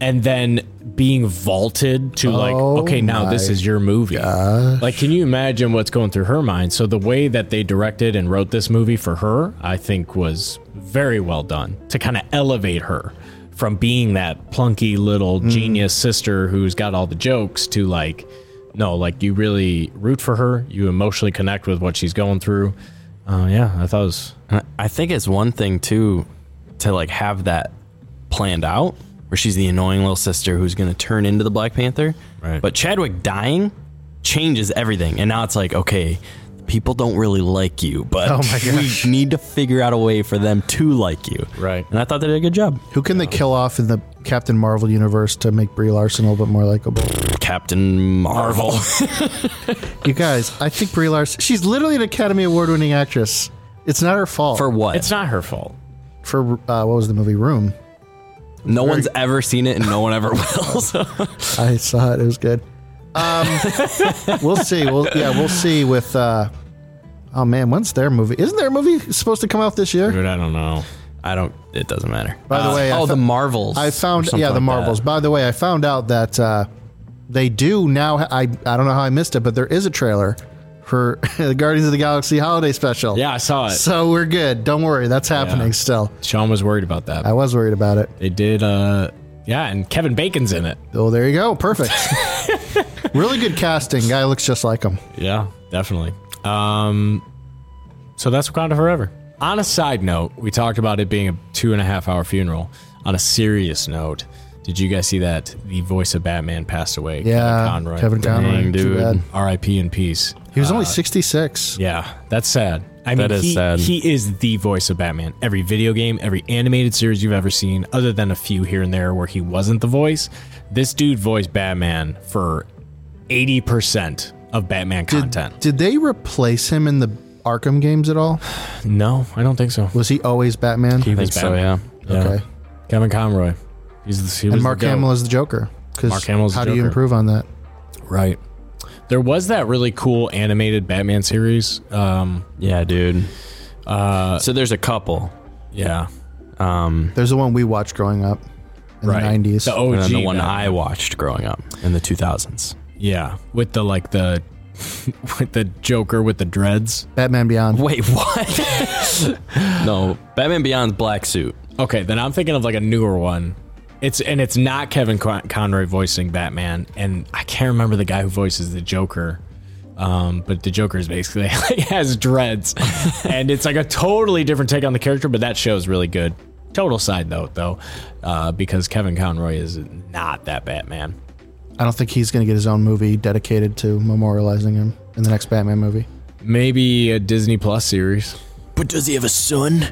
and then being vaulted to like, Oh okay, now this my is your movie. Like, can you imagine what's going through her mind? So the way that they directed and wrote this movie for her, I think was very well done to kind of elevate her from being that plunky little Mm. genius sister who's got all the jokes to like no, like you really root for her, you emotionally connect with what she's going through. Uh, yeah, I thought it was And I I think it's one thing too to like have that planned out where she's the annoying little sister who's going to turn into the Black Panther. Right. But Chadwick dying changes everything. And now it's like, okay, people don't really like you, but Oh we need to figure out a way for them to like you. Right. And I thought they did a good job. Who can they kill off in the Captain Marvel universe to make Brie Larson a little bit more likable? Captain Marvel. you guys, I think Brie Larson. She's literally an Academy Award winning actress. It's not her <laughs> fault for what? it's not her fault. for uh, what was the movie Room? no one's ever seen it and no one ever <laughs> will. So. I saw it. It was good. <laughs> Um, we'll see. We'll yeah, we'll see with. Uh, oh man, when's their movie? Isn't their movie supposed to come out this year? Dude, I don't know. I don't, it doesn't matter. By the way, I oh, the fo- Marvels. I or found something yeah the like that. Marvels. By the way, I found out that uh, they do now. I I don't know how I missed it, but there is a trailer for <laughs> the Guardians of the Galaxy holiday special. Yeah, I saw it. So we're good. Don't worry, that's happening Yeah. still. Sean was worried about that. I was worried about it. They did uh yeah, and Kevin Bacon's in it. Oh, there you <laughs> go. Perfect. really good casting. Guy looks just like him. Yeah, definitely. Um, so that's Wakanda Forever. On a side note, we talked about it being a two and a half hour funeral. On a serious note, did you guys see that the voice of Batman passed away? Yeah, Kevin Conroy. Dang, Too bad. dude. R.I.P. in peace. He was only 66. Uh, Yeah, that's sad. I mean, That is he, sad. He is the voice of Batman. Every video game, every animated series you've ever seen, other than a few here and there where he wasn't the voice, this dude voiced Batman for eighty percent of Batman content. Did they replace him in the Arkham games at all? No, I don't think so. Was he always Batman? I think so, yeah. okay. Kevin Conroy. He's the, he was And Mark the goat. Hamill is the Joker. 'Cause Mark Hamill's How the do you Joker. improve on that? Right. There was that really cool animated Batman series. Um, Yeah, dude. Uh, so there's a couple. yeah. Um, There's the one we watched growing up in Right. the 90s. The OG. and then the one Batman. I watched growing up in the 2000s. Yeah. With the, like, the. <laughs> With the Joker with the dreads. Batman Beyond. Wait, what? <laughs> no, Batman Beyond's black suit. Okay, then I'm thinking of like a newer one. It's and it's not Kevin Con- Conroy voicing Batman, and I can't remember the guy who voices the Joker. Um, but the Joker is basically <laughs> like has dreads, and it's like a totally different take on the character. But that show is really good. Total side note though, uh, because Kevin Conroy is not that Batman. I don't think he's going to get his own movie dedicated to memorializing him in the next Batman movie. Maybe a Disney Plus series. But does he have a son?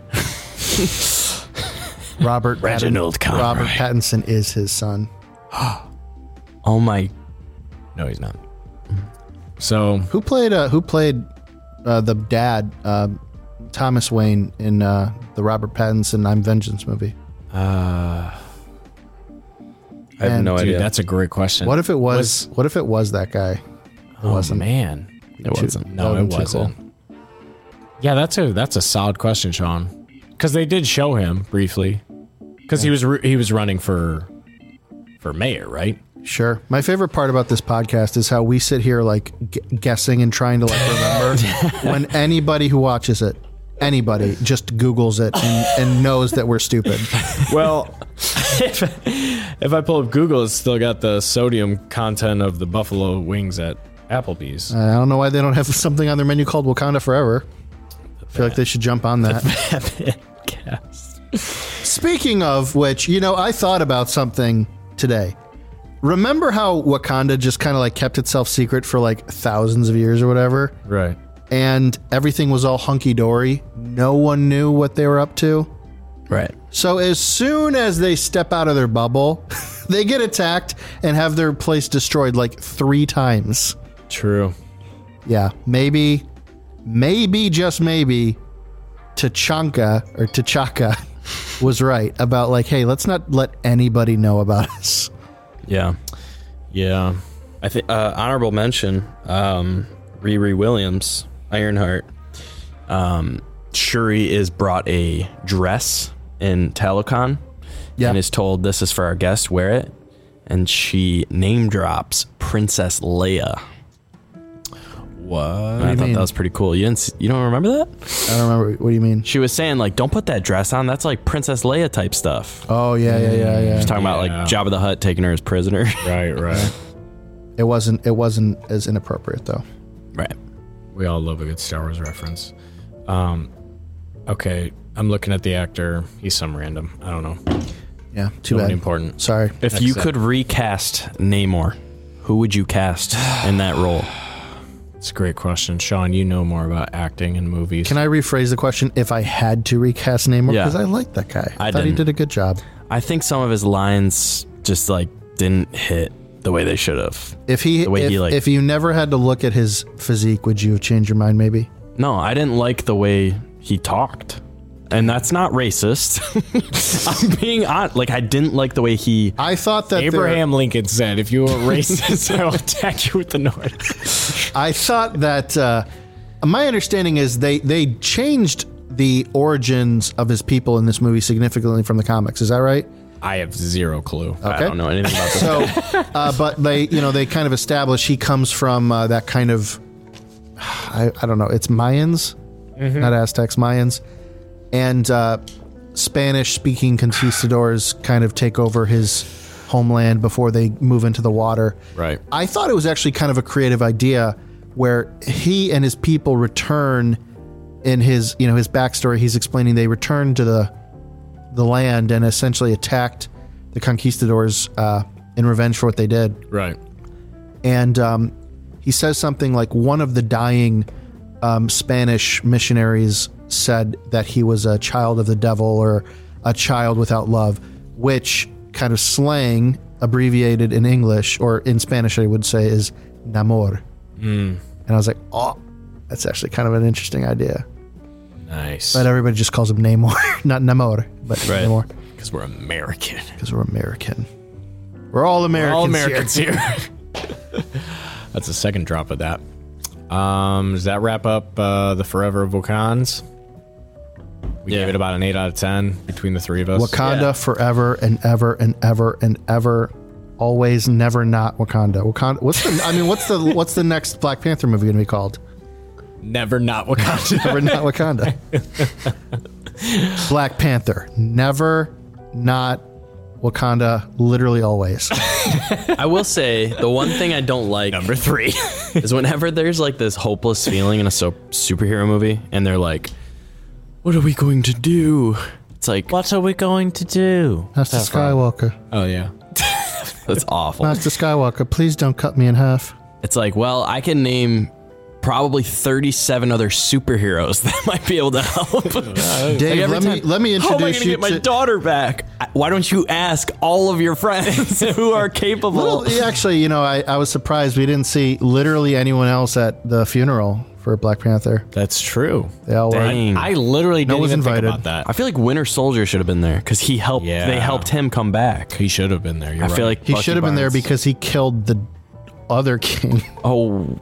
Robert Reginald Pattin- Conroy. Robert Pattinson is his son. Oh my! No, he's not. So Who played uh, Who played uh, the dad, uh, Thomas Wayne, in uh, the Robert Pattinson I'm Vengeance movie? I Uh, have Man, no dude, idea. that's a great question. What if it was? What if it was that guy? oh, man? it wasn't. No, That it would've been too wasn't. Yeah, that's a that's a solid question, Sean. Because they did show him briefly, because he was ru- he was running for for mayor, right? <laughs> cool. Sure. My favorite part about this podcast is how we sit here like g- guessing and trying to like remember <laughs> when anybody who watches it, anybody just Googles it and, and knows that we're stupid. Well, if, if I pull up Google, it's still got the sodium content of the buffalo wings at Applebee's. I don't know why they don't have <laughs> something on their menu called Wakanda Forever. I feel like they should jump on that. Speaking of which, you know, I thought about something today. Remember how Wakanda just kind of like kept itself secret for like thousands of years or whatever? right. and everything was all hunky dory. No one knew what they were up to. Right. So as soon as they step out of their bubble, <laughs> they get attacked and have their place destroyed like three times. True. Yeah, maybe, maybe just maybe, Tachanka or T'Chaka <laughs> was right about like, hey, let's not let anybody know about <laughs> us. Yeah. Yeah. I think uh, honorable mention, um, Riri Williams, Ironheart. Um, Shuri is brought a dress in Talocon Yeah, and is told this is for our guest, wear it. And she name drops Princess Leia. What? And I thought mean? that was pretty cool. You didn't s- you don't remember that? I don't remember. What do you mean? She was saying like don't put that dress on. That's like Princess Leia type stuff. Oh yeah, yeah, yeah, yeah. Talking about like Yeah. Jabba the Hutt taking her as prisoner. <laughs> Right, right. It wasn't. It wasn't as inappropriate though. right. We all love a good Star Wars reference. Um, okay, I'm looking at the actor. He's some random. I don't know. Yeah, too Nobody bad. important. Sorry. If you could recast Namor, who would you cast in that role? It's a great question, Sean. You know more about acting and movies. Can I rephrase the question if I had to recast Namor? Yeah. Because I liked that guy. I, I thought he didn't. did a good job. I think some of his lines just like didn't hit the way they should have. If he, way if, he, like- if you never had to look at his physique, would you have changed your mind maybe? No, I didn't like the way he talked. And that's not racist. <laughs> I'm being honest. Like, I didn't like the way he. I thought that there- Abraham Lincoln said, "If you are racist, <laughs> I will attack you with the North." I thought that uh, my understanding is they they changed the origins of his people in this movie significantly from the comics. Is that right? I have zero clue. I don't know anything about this. So, uh, but they, you know, they kind of establish he comes from uh, that kind of, I, I don't know, it's Mayans, not Aztecs, Mayans, and uh, Spanish-speaking conquistadors kind of take over his homeland before they move into the water. Right. I thought it was actually kind of a creative idea where he and his people return in his, you know, his backstory. He's explaining they returned to the the land and essentially attacked the conquistadors uh, in revenge for what they did. Right. And um, he says something like one of the dying um, Spanish missionaries said that he was a child of the devil or a child without love, which kind of slang abbreviated in English or in Spanish, I would say, is namor. And I was like, oh, that's actually kind of an interesting idea. Nice. But uh, everybody just calls him Namor, <laughs> not Namor, but Right. Namor Because we're American. because we're American. We're all Americans. All here. Americans here. <laughs> That's the second drop of that. Um, does that wrap up uh, the Forever of Wakans? We Yeah. gave it about an eight out of ten between the three of us. Wakanda Yeah. forever and ever and ever and ever. Always, never not Wakanda. Wakanda. What's the? I <laughs> mean, what's the? What's the next Black Panther movie gonna be called? Never not Wakanda. Never <laughs> not Wakanda. Black Panther. Never not Wakanda. <laughs> Literally always. I will say the one thing I don't like number <laughs> three is whenever there's like this hopeless feeling in a so- superhero movie, and they're like, "What are we going to do?" It's like What are we going to do? That's the Skywalker. oh yeah. that's awful. That's the Skywalker. Please don't cut me in half. It's like, well, I can name probably 37 other superheroes <laughs> that might be able to help. Dave, every let me time- let me How am I going introduce to you get my to. daughter back? I- Why don't you ask all of your friends who are <laughs> capable? Well, actually, you know, I, I was surprised we didn't see literally anyone else at the funeral for Black Panther. That's true. They all were. Dang. I literally didn't one's even invited. think about I that. feel like Winter Soldier should have been there because he helped. Yeah. They helped him come back. He should have been there. You're I feel right. like He Bucky should have been there Barnes- because he killed the other <laughs> king. oh,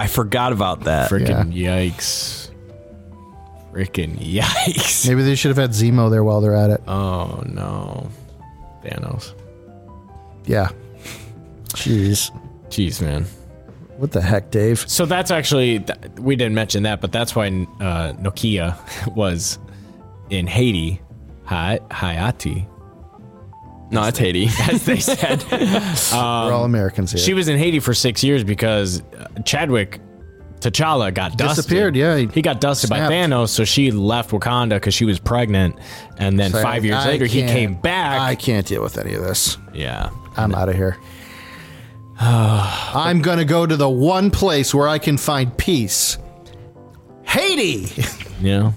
I forgot about that. freaking yikes. Freaking <laughs> yikes. Maybe they should have had Zemo Uh, there while they're at it. Oh no. Thanos. Yeah. Jeez. Jeez, man. What the heck, Dave? So that's actually th- we didn't mention that, but that's why uh, Nokia <laughs> was in Haiti, Hi- Hayati, No, it's Haiti. <laughs> as <laughs> they said. We're all Americans here. Um, she was in Haiti for six years because uh, Chadwick T'Challa got dusted. Disappeared, yeah, he he, got dusted snapped. by Thanos, so she left Wakanda because she was pregnant, and then Saying, five years "I later he can't- came back. I can't deal with any of this. yeah, I'm out <sighs> of here. I'm going to go to the one place where I can find peace Haiti. yeah.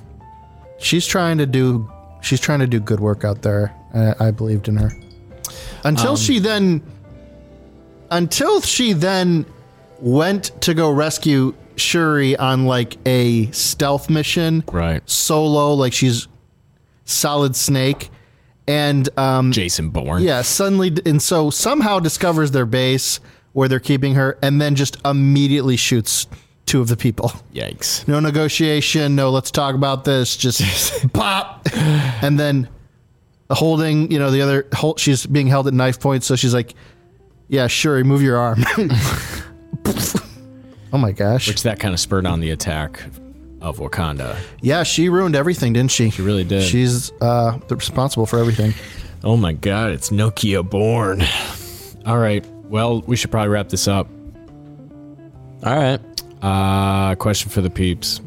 she's trying to do she's trying to do good work out there. uh, I, I believed in her until she then until she then went to go rescue Shuri on like a stealth mission, Right. Solo, like she's Solid Snake, and um, Jason Bourne. yeah, suddenly and so somehow discovers their base where they're keeping her, and then just immediately shoots two of the people. Yikes. No negotiation. No, let's talk about this. <laughs> Just pop, and then holding. You know, the other. Hold, she's being held at knife point, so she's like, "Yeah, sure, move your arm." <laughs> oh my gosh! Which that kind of spurred on the attack of Wakanda. yeah, she ruined everything, didn't she? She really did. She's uh, responsible for everything. Oh my god, it's Nokia Born. All right. Well, we should probably wrap this up. All right. Uh, question for the peeps.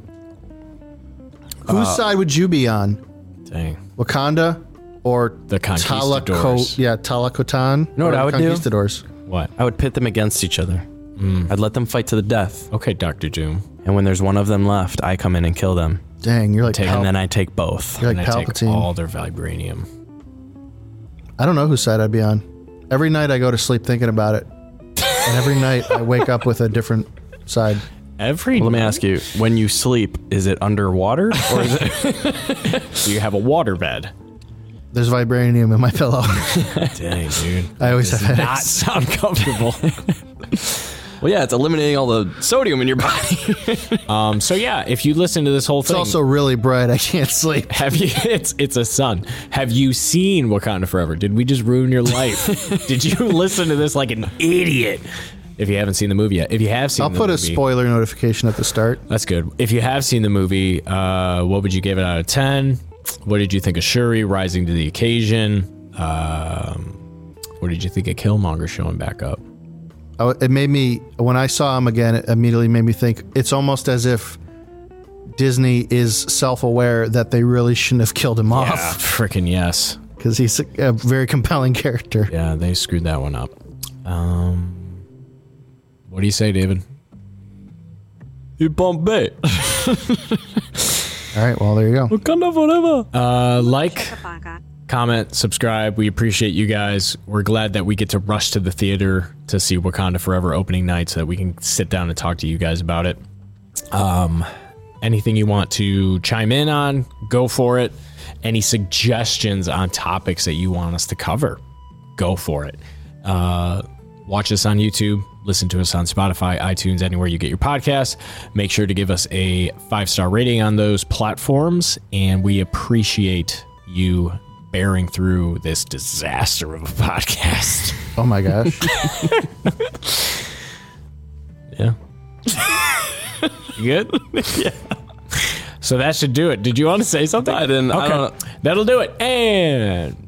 Uh, Whose side would you be on, Dang. Wakanda or The Talaco? Conquistadors. Yeah, Talakotan. You know what I would do? Conquistadors. What? I would pit them against each other. I'd let them fight to the death. Okay, Dr. Doom. And when there's one of them left, I come in and kill them. Dang, you're like Pal- And then I take both. you're And like I take Palpatine. all their vibranium. I don't know whose side I'd be on. Every night I go to sleep thinking about it. And every night I wake up with a different side. Every Let me ask you, when you sleep, is it underwater <laughs> or is it do you have a waterbed? There's vibranium in my pillow. <laughs> Dang, dude. I always have Not headaches. sound comfortable. Well, yeah, it's eliminating all the sodium in your body. um, so yeah, if you listen to this whole It's thing, also really bright. I can't sleep. have you? <laughs> It's it's a sun. Have you seen Wakanda Forever? Did we just ruin your life? Did you <laughs> listen to this like an idiot? If you haven't seen the movie yet, if you have seen, I'll the put a movie- spoiler notification at the start. That's good. If you have seen the movie, uh, what would you give it out of 10? What did you think of Shuri rising to the occasion? Um, what did you think of Killmonger showing back up? I w- It made me, when I saw him again, it immediately made me think it's almost as if Disney is self aware that they really shouldn't have killed him off Freaking yes. because he's a, a very compelling character. Yeah, they screwed that one up. Um, what do you say, David? you Bombay. All right, well, there you go. Wakanda forever. Uh, like, comment, subscribe. We appreciate you guys. We're glad that we get to rush to the theater to see Wakanda Forever opening night so that we can sit down and talk to you guys about it. Um, anything you want to chime in on, go for it. Any suggestions on topics that you want us to cover, go for it. Uh, watch us on YouTube, listen to us on Spotify, iTunes, anywhere you get your podcasts. Make sure to give us a five star rating on those platforms, and we appreciate you bearing through this disaster of a <laughs> podcast. Oh my gosh. Yeah. <laughs> you good? yeah. So that should do it. Did you want to say something? I didn't- I Okay. don't- That'll do it. And